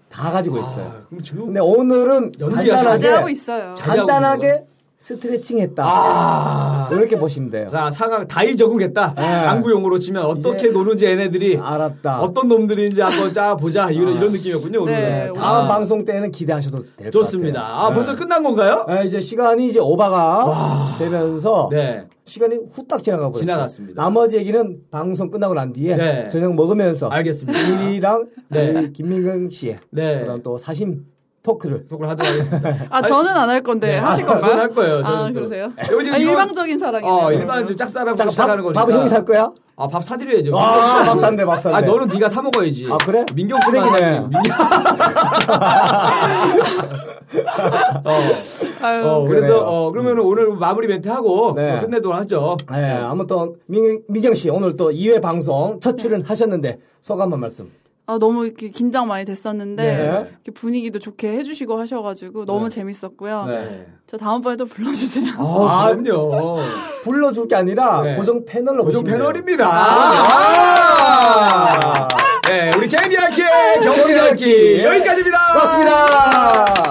S2: 다 가지고 있어요. 네.
S3: 아, 그럼 지금
S2: 근데 오늘은
S3: 연기하세요.
S4: 자제하고
S2: 간단하게
S4: 있어요.
S3: 네. 자-
S2: 간단하게 스트레칭 했다.
S3: 아.
S2: 이렇게 보시면 돼요.
S3: 자, 사각 다이 적응했다.
S2: 네.
S3: 당구 용어로 치면 어떻게
S2: 예.
S3: 노는지 얘네들이
S2: 알았다.
S3: 어떤 놈들인지 한번 짜 보자. 이런 이런 느낌이었군요, 오늘.
S4: 네,
S2: 아. 다음 방송 때는 기대하셔도 될 것 같아요.
S3: 아. 좋습니다. 아,
S2: 네.
S3: 벌써 끝난 건가요?
S2: 아, 이제 시간이 이제 오바가 되면서
S3: 네.
S2: 시간이 후딱 지나가 버렸어요.
S3: 지나갔습니다.
S2: 나머지 얘기는 방송 끝나고 난 뒤에
S3: 네.
S2: 저녁 먹으면서
S3: 알겠습니다.
S2: 미리랑
S3: 네.
S2: 우리 김민경 씨의
S3: 네.
S2: 음. 그런 또 사심 토크를
S3: 속으로 하도록 하겠습니다.
S4: 아, 저는 안 할 건데
S3: 네,
S4: 하실
S3: 아,
S4: 건가요?
S3: 저는 할 거예요, 저는
S4: 아,
S3: 또.
S4: 그러세요?
S3: 여기
S4: 아,
S3: 이건-
S4: 일방적인 사랑이네요.
S3: 어,
S4: 그러면.
S3: 일단 짝사랑부터 시작하는
S2: 밥,
S3: 거니까.
S2: 밥은 형이 살 거야?
S3: 아, 밥 사드려야죠.
S2: 아, 밥 산대, 밥 산대.
S3: 아, 너는 네가 사 먹어야지.
S2: 아, 그래?
S3: 민경 씨만
S2: 쓰레기네.
S3: 사드려. 민경. 어.
S4: 네. 아유,
S2: 그래요.
S3: 어,
S2: 음.
S3: 그래서 어, 그러면 오늘 마무리 멘트 하고
S2: 네.
S3: 끝내도록 하죠.
S2: 네, 아무튼 민, 민경 씨 오늘 또 2회 방송 첫 출연하셨는데 소감 한 말씀.
S4: 아, 너무 이렇게 긴장 많이 됐었는데
S2: 네.
S4: 이렇게 분위기도 좋게 해주시고 하셔가지고 너무 재밌었고요.
S3: 네.
S4: 저 다음번에 또 불러주세요.
S3: 아, 그럼요.
S2: 불러줄 게 아니라
S3: 네.
S2: 고정 패널로
S3: 고정
S2: 보시면 돼요.
S3: 패널입니다.
S2: 아! 네.
S3: 아~ 네, 우리 KBRK 경제학기 여기까지입니다.
S2: 고맙습니다.